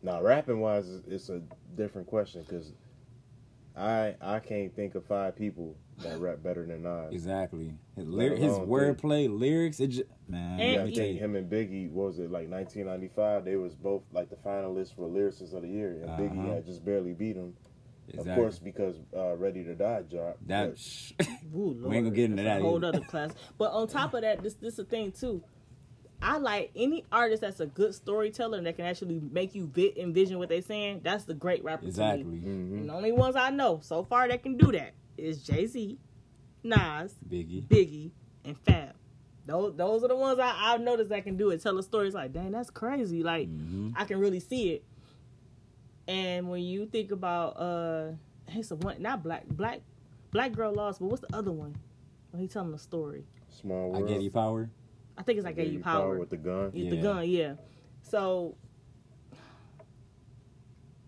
S4: now, rapping wise, it's- it's a different question because I I can't think of five people that rap better than Nas.
S3: Exactly. His, lyri- his
S4: alone, dude.
S3: wordplay, lyrics, it just,
S2: And
S3: man.
S4: Yeah,
S3: let
S4: I
S3: me
S2: he-
S3: tell
S4: think
S3: you.
S4: him and Biggie what was it like 1995? They was both like the finalists for lyricist of the year, and Biggie
S3: Uh-huh.
S4: had just barely beat him.
S3: Exactly.
S4: Of course, because uh, "Ready to Die" dropped.
S3: that.
S4: but
S3: Sh- [laughs]
S2: Ooh, Lord.
S3: gonna get into
S2: That's
S3: that
S2: A whole
S3: either.
S2: other class. But on top of that, this this is the thing too. I like any artist that's a good storyteller and that can actually make you vi- envision what they're saying. That's the great rapper. To me.
S3: exactly.
S4: mm-hmm.
S2: And the only ones I know so far that can do that is Jay Z, Nas,
S3: Biggie.
S2: Biggie, and Fab. Those, those are the ones I, I've noticed that can do it. Tell a story. It's like, dang, that's crazy. Like,
S3: Mm-hmm.
S2: I can really see it. And when you think about, uh, it's a one, not black, black, black girl lost, but what's the other one? When he telling the story,
S4: Small
S3: I
S4: world.
S3: gave you power.
S2: I think it's I gave you power.
S4: with the gun.
S2: Yeah, The
S3: Yeah.
S2: gun, yeah. So,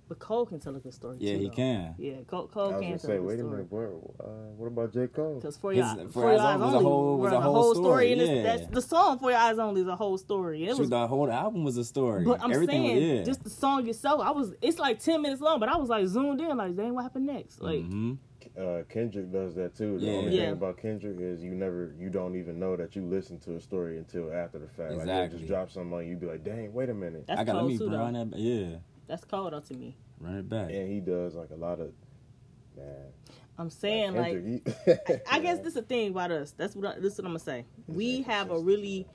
S2: but Cole can tell a good story.
S3: Yeah,
S2: too,
S3: he
S2: though.
S3: can.
S2: Yeah, Cole,
S4: I
S2: Cole
S4: was
S2: can
S4: gonna
S2: tell
S4: say,
S2: a good
S4: wait a
S2: story.
S4: minute, what, uh, what about J Cole?
S2: Because for
S3: His-
S2: your eyes,
S3: For
S2: for your
S3: Eyes
S2: eyes
S3: Only was a
S2: only
S3: whole-
S2: was
S3: was a whole
S2: story.
S3: story,
S2: and
S3: yeah.
S2: it's, that's, the song for your eyes only is a whole story. And it
S3: Shoot,
S2: was,
S3: the whole album was a story.
S2: but I'm
S3: Everything was-
S2: saying
S3: yeah.
S2: just the song itself. I was it's like ten minutes long, but I was like zoomed in, like dang, what happened next? Like
S3: hmm
S4: uh, Kendrick does that too. The
S3: Yeah.
S4: only
S2: Yeah.
S4: thing about Kendrick is you never, you don't even know that you listen to a story until after the fact. Like he'll
S3: Exactly.
S4: just drop something on you, be like, "Dang, wait a minute!"
S2: that's
S3: I got let
S2: cold
S3: me
S2: too,
S3: run
S2: though.
S3: that. Yeah,
S2: That's cold though to me.
S3: run it back.
S4: And he does like a lot of, man.
S2: I'm saying like,
S4: Kendrick, he, [laughs]
S2: I guess this is the thing about us. That's what I, this is what I'm gonna say. We
S4: Exactly.
S2: have a really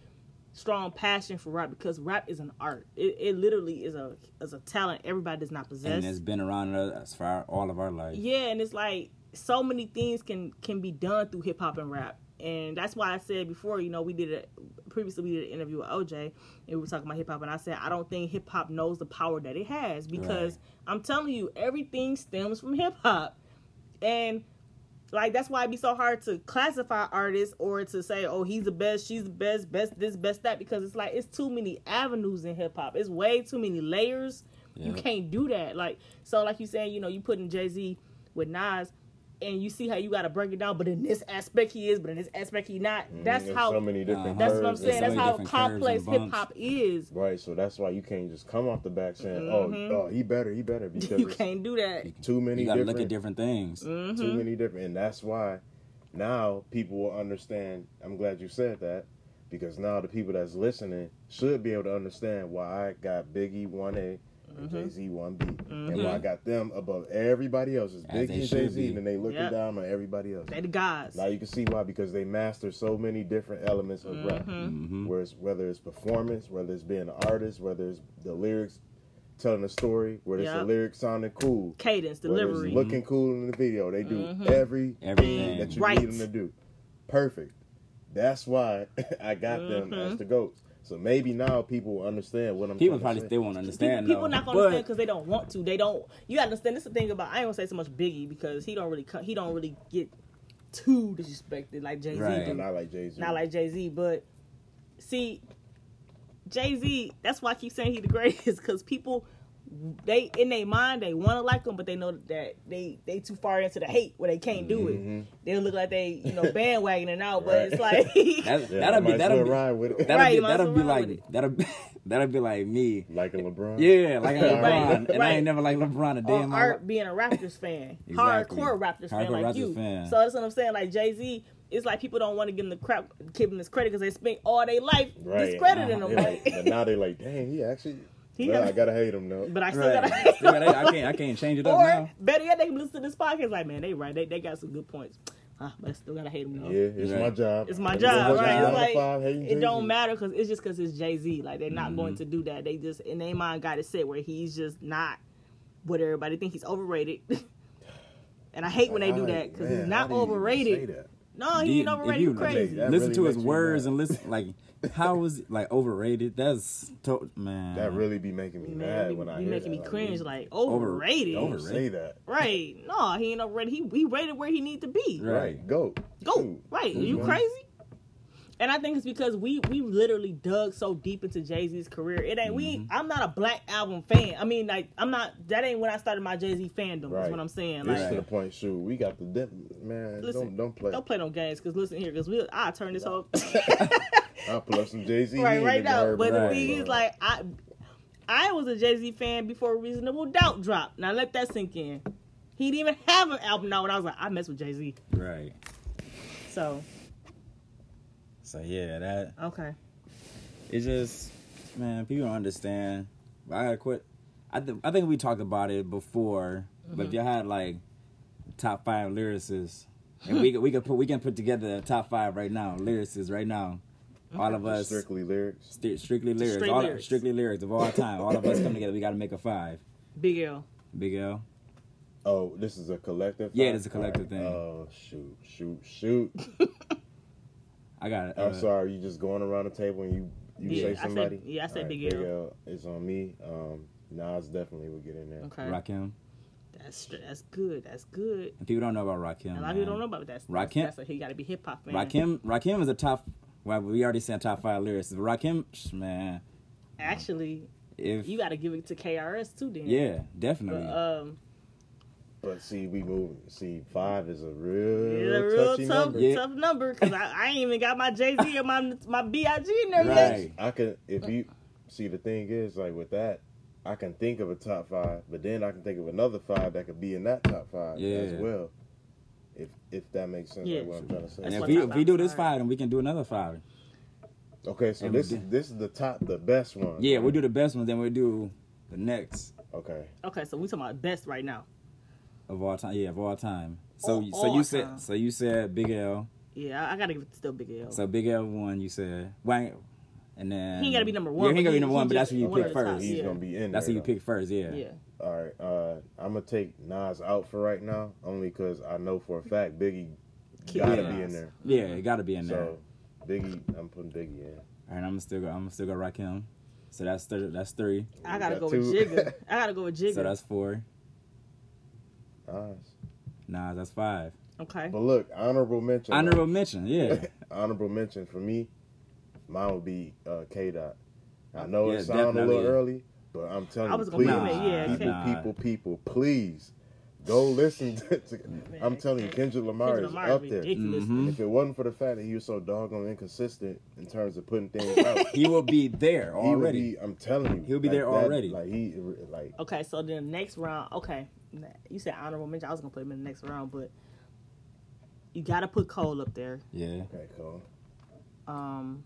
S2: strong passion for rap because rap is an art. It, it literally is a is a talent everybody does not possess.
S3: and it's been around us for our, all of our life.
S2: Yeah, and it's like so many things can can be done through hip hop and rap, and that's why I said before. You know, we did a previously we did an interview with OJ, and we were talking about hip hop, and I said I don't think hip hop knows the power that it has because I'm telling you, everything stems from hip hop, and like that's why it'd be so hard to classify artists or to say, oh, he's the best, she's the best, best this, best that, because it's like it's too many avenues in hip hop. It's way too many layers. You
S3: Yeah.
S2: can't do that. Like so, like you saying, you know, you putting Jay Z with Nas, and you see how you got to break it down. But in this aspect, he is. But in this aspect, he not.
S3: Mm-hmm.
S2: That's
S4: There's
S2: how.
S4: so many different.
S3: Uh-huh.
S2: that's what I'm
S4: curves and
S2: saying. That's
S3: There's so
S2: how
S3: many different curves
S2: complex
S3: and
S2: hip
S3: bumps.
S2: hop is.
S4: Right, so that's why you can't just come off the back saying, "Oh, oh, he better, he better," because
S2: Mm-hmm. [laughs] You
S4: it's
S2: can't do that.
S4: too many
S3: You gotta
S4: different.
S3: look at different things.
S2: Mm-hmm.
S4: too many different and that's why now people will understand i'm glad you said that because now the people that's listening should be able to understand why i got biggie 1a and
S2: Mm-hmm.
S4: jay-z 1b and why i got them above everybody else is
S3: As
S4: biggie
S3: they
S4: and
S3: should
S4: jay-z
S3: be.
S4: and then they looking
S2: Yep.
S4: down on everybody else
S2: They the guys.
S4: now you can see why because they master so many different elements of rap.
S2: Mm-hmm.
S3: Mm-hmm.
S4: Whereas whether it's performance, whether it's being an artist, whether it's the lyrics telling a story, whether it's
S2: Yep.
S4: the lyrics sounding cool,
S2: Cadence,
S4: whether it's
S2: delivery. Mm-hmm.
S4: looking cool in the video. They do everything,
S3: Everything.
S4: that you
S2: Right.
S4: need them to do. Perfect. That's why [laughs] I got them
S2: Mm-hmm.
S4: as the goats. So maybe now people will understand what I'm
S3: People
S4: trying
S3: probably
S4: to say.
S3: still won't
S2: People,
S3: understand.
S2: people
S3: though,
S2: not gonna
S3: but
S2: understand because they don't want to. They don't. You gotta understand. This is the thing about I ain't gonna say so much Biggie because he don't really co- he don't really get too disrespected like Jay Z.
S3: Right.
S2: do.
S4: not like Jay Z.
S2: Not like Jay Z, but [laughs] see, Jay Z. That's why I keep saying he the greatest because people they in their mind they want to like them, but they know that they they too far into the hate where they can't do
S3: Mm-hmm.
S2: it. They look like they you know bandwagoning out, but it's
S3: [laughs]
S4: Right.
S2: like
S3: That,
S4: Yeah, I
S3: that'll
S4: might
S3: be
S4: as
S3: that'll
S4: well
S3: be
S4: ride with it.
S3: that'll
S2: Right,
S3: be
S2: might as
S3: that'll be
S2: well ride with
S3: like
S2: it.
S3: that'll be, [laughs] that'll be like me.
S4: Like a LeBron.
S3: Yeah, like
S4: Right,
S3: LeBron, and I
S2: right.
S3: ain't never like LeBron a day
S2: or [laughs]
S3: in my life.
S2: Art being a Raptors fan,
S3: [laughs] Exactly.
S2: hardcore Raptors fan
S3: Hardcore
S2: like
S3: Raptors
S2: you.
S3: fan.
S2: So that's what I'm saying. Like Jay Z, it's like people don't want to give him the crap, give him this credit because they spent all their life
S4: Right.
S2: discrediting him.
S4: Yeah,
S2: Like, [laughs]
S4: but now they're like, dang, he actually.
S2: He
S4: well,
S2: has-
S4: I gotta hate him now.
S2: but I still [laughs]
S3: Right.
S2: gotta.
S3: [laughs] Still gotta-
S2: [laughs]
S3: I can't I can't change it up
S2: Or
S3: now.
S2: better yet, they can listen to this podcast. Like, man, they right. They, they got some good points. Ah, but I still gotta hate them though.
S4: yeah, it's
S3: Right.
S4: my job.
S2: It's my
S4: I'm
S2: job,
S4: working
S2: right?
S4: nine
S2: It's
S4: to
S2: like
S4: five, hating
S2: it don't
S4: Jay-Z.
S2: matter because it's just because it's Jay Z. Like they're not going to
S4: Mm-hmm.
S2: do that. They just in their mind got it set where he's just not what everybody think he's overrated. [laughs] and I hate when they do
S4: Like,
S2: that because he's
S4: man,
S2: not
S4: how do you even say
S2: overrated.
S4: that?
S2: No, he
S3: Did-
S2: ain't overrated.
S3: if
S2: You,
S3: you-
S2: crazy?
S4: That
S3: listen
S4: really
S3: to his
S4: makes you
S3: words
S4: mad.
S3: and listen
S4: [laughs]
S3: like how is it like overrated? That's to- man.
S4: That really be making me
S2: Man,
S4: mad
S2: you,
S4: when I
S2: you
S4: hear
S2: making
S4: that.
S2: me cringe.
S4: Like,
S2: Like
S3: Over-
S2: overrated.
S4: don't
S3: overrated.
S4: say that.
S2: Right? No, he ain't overrated. He he rated where he need to be.
S3: Right.
S4: Right. Go.
S2: Go
S4: Shoot.
S2: right? Are you
S4: Mhm.
S2: crazy? And I think it's because we we literally dug so deep into Jay Z's career. It ain't we. I'm not a black album fan. I mean, like I'm not. That ain't when I started my Jay Z fandom. Is
S4: Right.
S2: what I'm saying.
S4: This
S2: Like,
S4: to the point, shoot. We got the dip, man.
S2: Listen,
S4: don't don't play.
S2: don't play no games. Cause listen here, cause we I turn this whole
S4: I'll pull up some Jay
S2: [laughs]
S4: Z.
S2: right right now. But the
S3: Right.
S2: thing is, like I. I was a Jay Z fan before Reasonable Doubt dropped. Now let that sink in. He didn't even have an album out when I was like, I mess with Jay Z.
S3: Right.
S2: So
S3: So yeah, that
S2: okay,
S3: it's just man, people don't understand. I gotta quit. I th- I think we talked about it before, but
S2: Mm-hmm.
S3: if you had like top five lyricists, and we could- we could put we can put together a top five right now lyricists right now, all of us
S4: strictly lyrics.
S3: st- strictly lyrics,
S2: Mm-hmm. Straight
S3: all,
S2: lyrics.
S3: strictly lyrics of all time. All of us come together, we gotta make a five.
S2: Big L.
S3: Big L.
S4: Oh, this is a collective.
S3: Yeah,
S4: thought?
S3: this is a collective
S4: Alright.
S3: thing.
S4: Oh shoot, shoot,
S3: [laughs]
S4: shoot!
S3: I uh, got it.
S4: I'm sorry. You just going around the table and you you
S2: Yeah, I
S4: say
S2: said-
S4: somebody.
S2: yeah, I said
S4: Alright,
S2: Big L.
S4: L. It's on me. Um, Nas definitely would get in there.
S2: Okay.
S3: Rakim.
S2: That's str- that's good. That's good.
S3: And people don't know about Rakim.
S2: A lot of people don't know about that.
S3: Rakim-
S2: That's, that's a, he got to be hip hop man.
S3: Rakim. Rakim is a top. Well, we already said top five lyricists. But Rakim, sh- man,
S2: Actually,
S3: if
S2: you got to give it to KRS too. Then
S3: yeah, definitely.
S2: But, um,
S4: But see, we move. See, five is a
S2: it's
S4: real,
S2: a real
S4: touchy
S2: tough,
S4: number.
S3: Yeah.
S2: tough number because I, I ain't even got my Jay Z or my my Big in there yet.
S3: Right.
S4: I can if you see the thing is like with that, I can think of a top five, but then I can think of another five that could be in that top five as
S3: Yeah.
S4: well. If if that makes sense,
S2: Yeah.
S4: like what I'm trying to say.
S3: and
S2: That's
S3: if
S2: what
S3: we
S2: top
S3: if we do this
S2: fives are.
S3: five, then we can do another five.
S4: okay, so
S3: and
S4: this
S3: we
S4: is
S3: did-
S4: this is the top, the best one.
S3: Yeah, we do the best one, then we do the next
S4: Okay,
S2: Okay, so we talking about best right now.
S3: of all time. Yeah, of all time. So
S2: All-
S3: so
S2: all
S3: you said
S2: time.
S3: so you said Big L.
S2: Yeah, I, I got to give it to still Big L.
S3: So Big L one. You said Wang. And then
S2: He ain't gotta be number
S3: Yeah,
S2: one,
S3: he ain't
S2: but
S3: gotta be number
S2: he-
S3: one,
S2: he
S3: but that's
S2: just
S3: who you
S2: one
S3: pick
S2: of the top.
S3: first.
S4: he's
S2: Yeah.
S4: gonna be in.
S3: That's who
S4: there,
S3: you
S4: though.
S3: pick first. Yeah.
S2: yeah,
S4: All right, uh, I'm gonna take Nas out for right now, only because I know for a fact Biggie
S2: Keep
S4: gotta
S2: Nas.
S4: be in there.
S3: Yeah, it got to be in there.
S4: So Biggie, I'm putting Biggie in.
S3: All right, I'm still go, I'm still gonna rock him. So that's thir- that's three.
S2: I gotta
S4: got
S2: go with
S4: two. [laughs]
S2: Jigga. I gotta go with Jigga.
S3: So that's four.
S4: Nas.
S3: Nah, that's five.
S2: okay.
S4: But look, honorable mention.
S3: Honorable
S2: [laughs]
S3: mention, yeah.
S4: honorable mention for me, mine would be uh, K Dot. I know
S3: Yeah,
S4: it sounds a little
S3: definitely.
S4: early, but I'm telling
S2: I
S4: you,
S2: was gonna
S4: please,
S3: comment, yeah,
S4: people,
S3: Nah.
S4: people, people, please go listen. [laughs] To, to, I'm telling you, Kendrick Lamar
S2: Kendrick
S4: is
S2: Lamar
S4: up
S2: is
S4: there.
S2: ridiculous.
S3: Mhm.
S4: If it wasn't for the fact that he was so doggone inconsistent in terms of
S2: [laughs]
S4: putting things out,
S3: He will be there
S4: he would
S3: already.
S4: be. I'm telling you,
S3: He'll be
S4: like
S3: there
S4: that-
S3: already.
S4: Like he, like
S2: Okay, so then next round. Okay, you said honorable mention. I was gonna put him in the next round, but you gotta put Cole up there.
S3: Yeah.
S4: okay, cool.
S2: Um,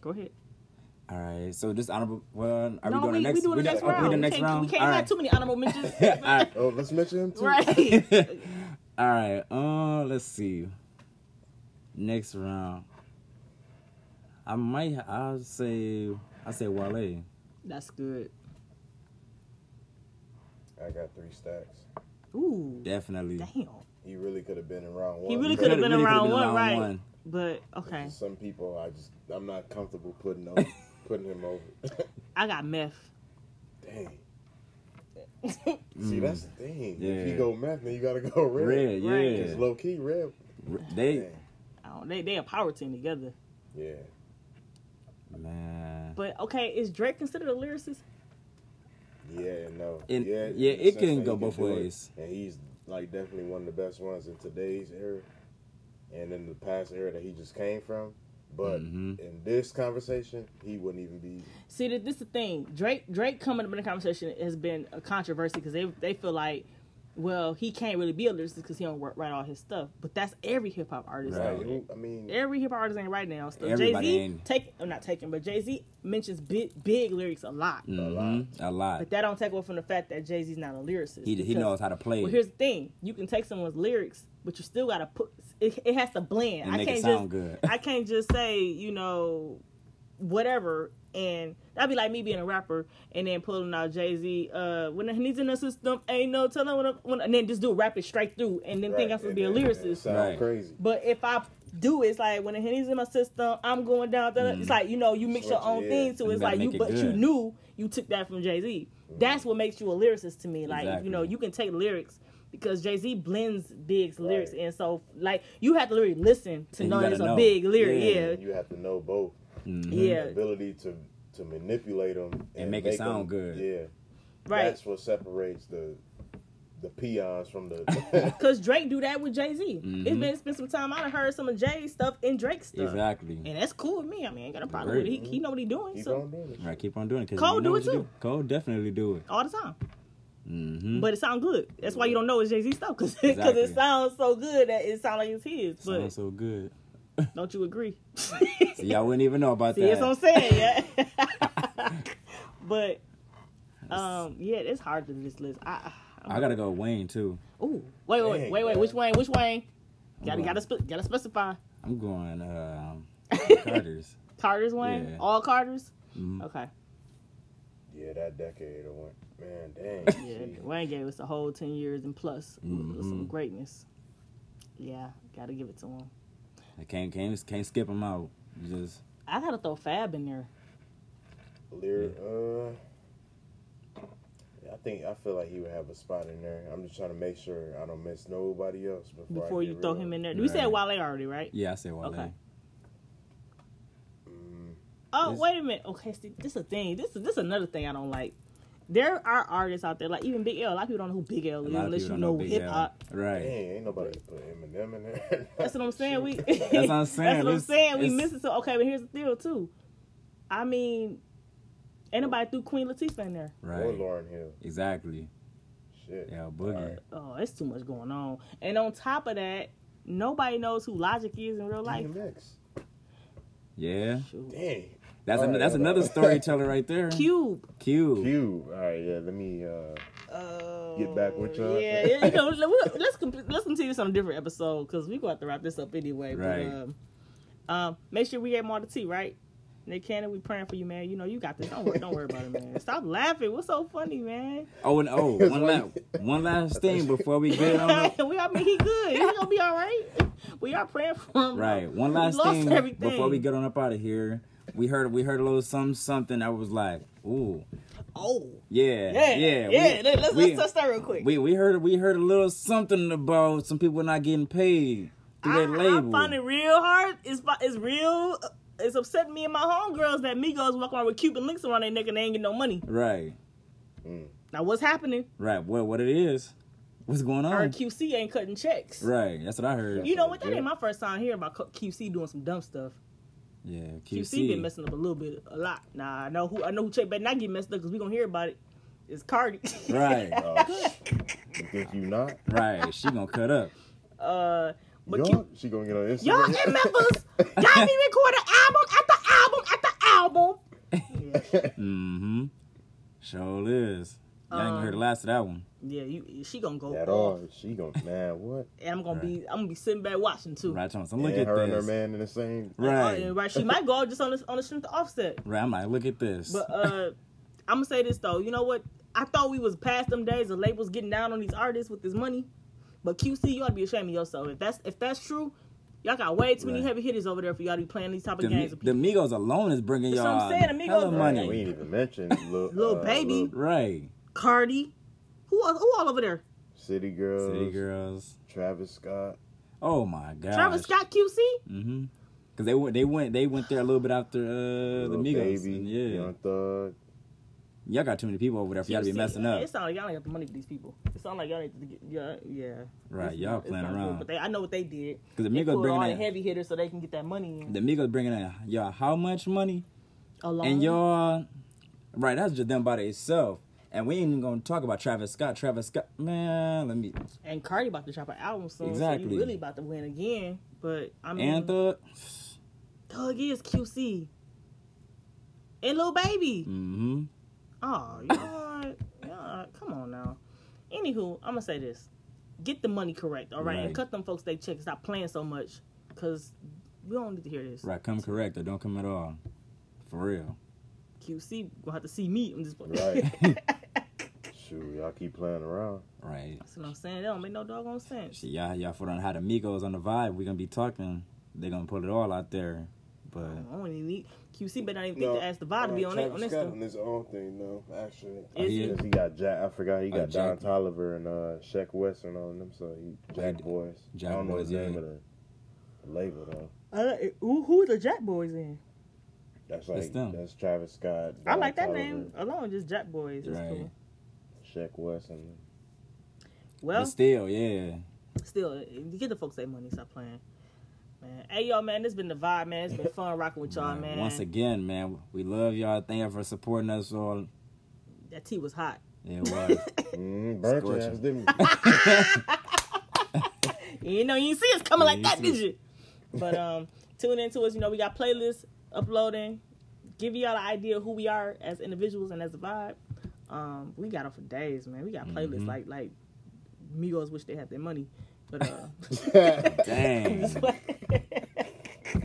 S2: go ahead.
S3: All right. So this honorable. Well, are
S2: no,
S3: we going to
S2: we,
S3: next?
S2: we doing the
S3: do-
S2: next
S3: okay,
S2: round.
S3: We do
S2: We
S3: next
S2: can't,
S3: round.
S2: we can't
S3: All
S2: have
S3: right.
S2: too many honorable
S3: [laughs]
S2: mentions, [laughs]
S4: Oh, let's mention him too.
S2: right? [laughs]
S3: All right. Uh, let's see. Next round. I might. ha- I'll say. I say Wale.
S2: That's good.
S4: I got three stacks.
S2: Ooh,
S3: Definitely.
S2: damn.
S4: He really could have been in round one.
S2: He really
S4: but-
S2: could have
S3: could've-
S2: been
S3: really could've
S2: around
S3: been
S2: one,
S3: around
S2: right?
S3: one.
S2: But okay,
S4: Some people, I just, I'm not comfortable
S2: [laughs]
S4: putting over, putting him over. [laughs]
S2: I got meth. [laughs]
S4: Dang. See, that's the thing. If you
S3: Mm. Yeah.
S4: go meth, then you gotta go red.
S3: Red. Yeah.
S2: Right.
S4: It's low key red.
S3: R- They.
S4: Dang.
S2: I don't, they they a power team together.
S4: Yeah.
S3: Man.
S2: But okay, is Drake considered a lyricist?
S4: Yeah and no.
S3: And-
S4: yeah,
S3: yeah,
S4: in
S3: it
S4: the
S3: can
S4: sense that
S3: go
S4: he
S3: both
S4: do it.
S3: ways.
S4: And he's like definitely one of the best ones in today's era, and in the past era that he just came from. But
S3: Mhm.
S4: in this conversation, he wouldn't even be.
S2: See, th- this is the thing. Drake Drake coming up in the conversation has been a controversy because they they feel like, well, he can't really be a lyricist because he don't wor- write all his stuff. But that's every hip hop artist.
S3: Right.
S2: Though.
S4: Who- I mean,
S2: Every hip hop artist ain't writing now stuff. Jay
S3: Everybody
S2: Z
S3: ain't.
S2: take, I'm not taking, but Jay Z mentions big big lyrics a lot.
S3: Mhm, A lot.
S2: But that don't take away from the fact that Jay Z's not a lyricist.
S3: He, he
S2: because-
S3: knows how to play.
S2: Well,
S3: it.
S2: here's the thing: you can take someone's lyrics, but you still gotta put. It, it has to blend.
S3: And
S2: I
S3: make it
S2: can't just.
S3: sound good.
S2: I can't just say you know, whatever. And that'd be like me being a rapper and then pulling out Jay Z. Uh, when he's in the system, ain't no telling when, I'm- when. And then just do rap it straight through, and then think I'm supposed to be a
S4: and- and- and
S2: lyricist.
S4: Sound
S3: Right.
S4: crazy.
S2: But if I do, it's like when the henny's in my system, I'm going down. da- da- It's like you know, you mix your
S4: Switch it,
S2: own
S4: yeah.
S2: thing, so
S3: Mm. You
S2: it's
S3: gotta
S2: like you,
S3: make it
S2: but you
S3: good.
S2: knew you took that from Jay Z. That's what makes you a lyricist to me. Like you know,
S3: Exactly.
S2: you can take lyrics because Jay Z blends Big's lyrics,
S4: Right.
S2: and so like you have to literally listen to
S3: And you
S2: know
S3: gotta
S2: it's a
S3: know.
S2: Big lyric.
S3: Yeah.
S2: Yeah,
S4: And you have to know both.
S3: Mm-hmm.
S2: yeah,
S4: The ability to to manipulate them and,
S3: make it sound
S4: 'em-
S3: good.
S4: Yeah,
S2: right.
S4: That's what separates the the peons
S3: [laughs]
S4: from the. [laughs]
S2: Cause Drake do that with Jay Z.
S3: Mm-hmm.
S2: It's been it's been some time. I done heard some of Jay's stuff and Drake's stuff,
S3: Exactly.
S2: and that's cool with me. I mean, I ain't got a problem with it. He, he know what he doing,
S4: Keep
S2: so
S4: on doing it.
S3: All right, keep on doing it. 'cause
S2: Cole
S3: you know
S2: do
S3: what
S2: it
S3: you
S2: too.
S3: Cole definitely do it.
S2: all the time.
S3: Mm-hmm.
S2: but it sounds good. That's why you don't know it's Jay Z stuff [laughs] because
S3: Exactly.
S2: it sounds so good that it sounds like it's his. But
S3: Sounds
S2: [laughs]
S3: so good.
S2: don't you agree? See,
S3: See, y'all wouldn't even know about
S2: that's
S3: that.
S2: what I'm saying. Yeah. but um, yeah, it's hard to do this list. I, I,
S3: I gotta go Wayne too.
S2: Ooh, wait, wait, wait,
S4: Dang,
S2: wait, wait.
S4: man.
S2: Which Wayne? Which Wayne? Gotta,
S3: going-
S2: gotta, spe- gotta specify.
S3: I'm going
S2: [laughs]
S3: um Carter's.
S2: Carter's Wayne.
S3: Yeah.
S2: All Carters.
S3: Mhm.
S2: Okay.
S4: Yeah, that decade or one. Man, dang.
S2: Yeah,
S4: shit.
S2: Wayne gave us the whole ten years and plus with- with some
S3: Mhm.
S2: greatness. Yeah, gotta give it to him.
S3: I can't can't can't skip him out. You just
S2: I gotta throw Fab in there.
S4: Lyric, uh, I think I feel like he would have a spot in there. I'm just trying to make sure I don't miss nobody else before.
S2: before
S4: I
S2: you throw him in there. We
S3: Right.
S2: said Wale already, right?
S3: yeah, I say Wale.
S2: Okay.
S4: Mm,
S2: Oh,
S3: This-
S2: wait a minute. Okay, see, this is a thing. This is this is another thing I don't like. There are artists out there, like even Big L. A lot of people don't know who Big L
S3: A
S2: is
S3: lot of
S2: unless
S3: people
S2: you
S3: don't know
S2: know
S3: Big
S2: hip
S3: L.
S2: hop.
S4: dang,
S3: Right.
S4: ain't nobody put Eminem in there. [laughs]
S2: That's what I'm saying. [laughs] We
S3: what I'm saying.
S2: That's what I'm
S3: It's-
S2: saying. We
S3: it's-
S2: miss it. So okay, but here's the deal too. I mean, anybody threw Queen Latifah in there.
S4: Or
S3: Right.
S4: Lauren Hill.
S3: Exactly.
S4: Shit.
S3: Yeah, Boogie.
S4: Alright.
S2: Oh, it's too much going on. And on top of that, nobody knows who Logic is in real life.
S4: DMX.
S3: Yeah.
S2: Shoot.
S4: Dang.
S3: That's an,
S4: Alright,
S3: that's
S4: hold
S3: another
S4: on.
S3: storyteller
S2: [laughs]
S3: right there.
S2: Cube.
S3: Cube.
S4: Cube. All right, yeah. Let me. uh
S2: Oh,
S4: Get back with y'all.
S2: Yeah, yeah. You know, [laughs] let- we'll- let's com- let's continue some different episode because we going to have to wrap this up anyway.
S3: Right.
S2: But, um, um, make sure we get more to tea, right? Nick Cannon, we praying for you, man. You know you got this. Don't worry, don't worry about it, man. Stop laughing. What's so funny, man?
S3: Oh and oh,
S4: That's
S3: one
S4: why
S3: last one last thing before we get on.
S2: [laughs]
S3: the-
S2: we, I mean, he good. He gonna be all right. We are praying for him.
S3: Right.
S2: We
S3: One last
S2: lost
S3: thing
S2: everything.
S3: before we get on up out of here. We heard we heard a little some something that was like, ooh,
S2: Oh,
S3: yeah,
S2: yeah, yeah.
S3: yeah, we-
S2: let, us
S3: we,
S2: let's touch that real quick.
S3: we we heard we heard a little something about some people not getting paid through
S2: I,
S3: their label.
S2: I find it real hard. It's fi- it's real. uh, It's upsetting me and my homegirls that Migos walk around with Cuban links around their neck and they ain't getting no money.
S3: Right,
S4: mm.
S2: Now what's happening?
S3: right. Well, what it is? What's going on?
S2: Our QC ain't cutting checks.
S3: Right, that's what I heard.
S2: You know what? That ain't my first time hearing about Q- QC doing some dumb stuff.
S3: Yeah,
S2: QC,
S3: QC.
S2: been messing up a little bit, a lot. Nah, I know who I know who check better not get messed up because we gonna hear about it. It's Cardi.
S3: right,
S4: Oh, you think you not?
S3: right. She gonna cut up.
S2: [laughs] uh, but
S4: Y'all,
S2: Q-
S4: she gonna get on Instagram. [laughs]
S2: y'all in members, y'all be recording album after album after album.
S4: [laughs]
S3: Mm-hmm. Sure is. Y'all ain't
S2: Um,
S3: heard the last of that one.
S2: Yeah, you, she gonna go off.
S4: At all. She gonna man, what?
S2: and I'm gonna be I'm gonna be sitting back watching too.
S3: Right, so look
S4: and
S3: at
S4: her
S3: this.
S4: and her man in the same.
S3: Right,
S2: Uh, right. She might go just on the on the strength of offset.
S3: right. I'm like, look at this.
S2: But uh I'm gonna say this though. You know what? I thought we was past them days of labels getting down on these artists with this money. But QC, you ought to be ashamed of yourself. If that's if that's true, y'all got way too many
S3: Right.
S2: heavy hitters over there for y'all to be playing these type of
S3: the, Mi-
S2: games with
S3: the
S2: people.
S3: Migos alone is bringing
S2: That's what
S3: y'all
S2: I'm saying, the
S3: hella
S2: Migos-
S3: money.
S4: We ain't
S2: [laughs]
S4: even mentioned uh, little,
S3: uh,
S2: Lil Baby.
S3: Right.
S2: Cardi, who all, who all over there?
S4: City Girls,
S3: City Girls.
S4: Travis Scott.
S3: Oh my god.
S2: Travis Scott, QC.
S3: Mm-hmm. Cause they went, they went, they went there a little bit after uh, the
S4: Lil
S3: Migos.
S4: Baby,
S3: and yeah,
S4: Young Thug,
S3: Y'all got too many people over there for y'all to be
S2: QC.
S3: messing up.
S2: It sounds like y'all ain't got the money for these people. It sounds like y'all need to get, yeah, yeah.
S3: Right,
S2: It's
S3: y'all
S2: not- it's
S3: playing
S2: not good,
S3: around.
S2: But they, I know what they did.
S3: 'Cause the
S2: They
S3: Migos
S2: pulled
S3: bringing
S2: all the
S3: in-
S2: heavy hitters so they can get that money in.
S3: The Migos bringing in y'all how much money?
S2: alone.
S3: And y'all, right? That's just them by itself. And we ain't even gonna talk about Travis Scott. Travis Scott, man. Let me.
S2: and Cardi about to drop an album soon. So
S3: Exactly.
S2: you really about to win again. But I mean,
S3: And Thug.
S2: Thug is QC. And Lil Baby.
S3: [sighs] Mm-hmm.
S2: Oh, y'all, y'all, come on now. Anywho, I'm gonna say this: get the money correct, all right, and
S3: Right.
S2: cut them folks they check. Stop playing so much, cause we don't need to hear this.
S3: Right. Come correct or don't come at all. For real.
S2: QC gonna have to see me on this point. [laughs]
S3: [laughs]
S4: Right. Shoot, y'all keep playing around.
S3: Right.
S2: That's what I'm saying. That don't make no doggone sense.
S3: See, y'all, y'all foot on how the Migos on the vibe. We gonna be talking. They gonna put it all out there. But
S2: I don't even need QC, better not even think to ask the
S4: Uh,
S2: vibe to be on that on
S5: Travis
S2: this
S5: Scott
S2: stuff.
S5: on his own thing, though. Actually,
S2: Is
S3: he
S2: he?
S3: is.
S4: Cause he got Jack. I forgot he got
S3: Oh,
S4: Don
S3: Jack.
S4: Tolliver and uh, Shaq Western on them. So he Jack
S3: d-
S4: Boys.
S3: Jack
S4: I don't
S3: Boys,
S4: know the name
S3: yeah.
S4: of the the label though.
S2: I like- Uh, who who the Jack Boys in?
S4: That's
S3: That's
S4: like
S3: them.
S4: that's Travis Scott.
S2: I
S4: Don
S2: like that
S4: Tolliver,
S2: name alone. Just Jack Boys. That's
S3: Right.
S2: cool.
S4: Shaq Western.
S3: but
S2: Well,
S3: still, yeah.
S2: still, get the folks their money. Stop playing. Man. Hey, yo, man, this been the vibe, man. It's been fun rocking with y'all,
S3: Uh,
S2: man.
S3: Once again, man, we love y'all. Thank you for supporting us all.
S2: That tea was hot. [laughs]
S3: It was.
S4: Mm, burnt your
S3: Scorching.
S4: ass, didn't
S2: You didn't know, you didn't see us coming
S3: Yeah,
S2: like
S3: you
S2: that,
S3: see
S2: did you? But
S3: [laughs]
S2: um, tune into us. You know, we got playlists uploading, give y'all the idea of who we are as individuals and as a vibe. Um, we got them for days, man. We got playlists
S3: Mm-hmm.
S2: like like Migos wish they had their money, but
S3: [laughs]
S2: uh, [laughs]
S4: [laughs]
S3: dang,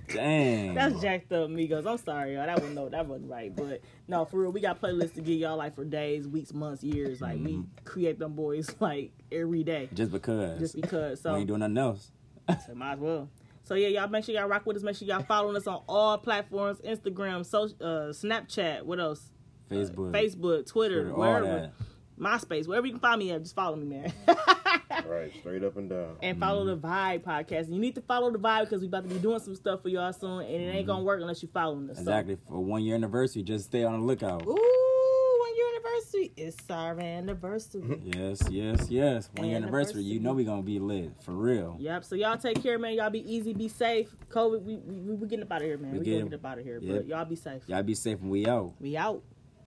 S3: dang.
S2: that's jacked up, Migos. I'm sorry, y'all. That wasn't no, that wasn't right. But no, for real, we got playlists to give y'all like for days, weeks, months, years. Like we
S3: Mm-hmm.
S2: create them boys [laughs] like every day,
S3: just because
S2: just because. So
S3: we ain't doing nothing else.
S2: So might as well. So yeah, y'all make sure y'all rock with us. Make sure y'all following us on all platforms: Instagram, social, uh, Snapchat. What else?
S3: Facebook,
S2: Facebook, Twitter,
S3: Twitter, all
S2: wherever,
S3: that.
S2: MySpace, wherever you can find me at. Just follow me, man. [laughs]
S4: we? Right, straight up and down.
S2: and follow
S3: Mm-hmm.
S2: the Vibe podcast. You need to follow the Vibe because we about to be doing some stuff for y'all soon, and it ain't gonna work unless you following us. So-
S3: Mm-hmm. Exactly for one year anniversary. Just stay on the lookout.
S2: Ooh, one year anniversary. It's our anniversary.
S3: Yes, yes, yes. One year anniversary. You know we gonna be lit for real.
S2: Yep. So y'all take care, man. Y'all be easy, be safe. COVID, we we, we, we getting up out of here, man. We,
S3: We
S2: gonna
S3: get-
S2: get up out of here,
S3: Yep.
S2: but y'all be safe.
S3: Y'all be safe when we out.
S2: We out.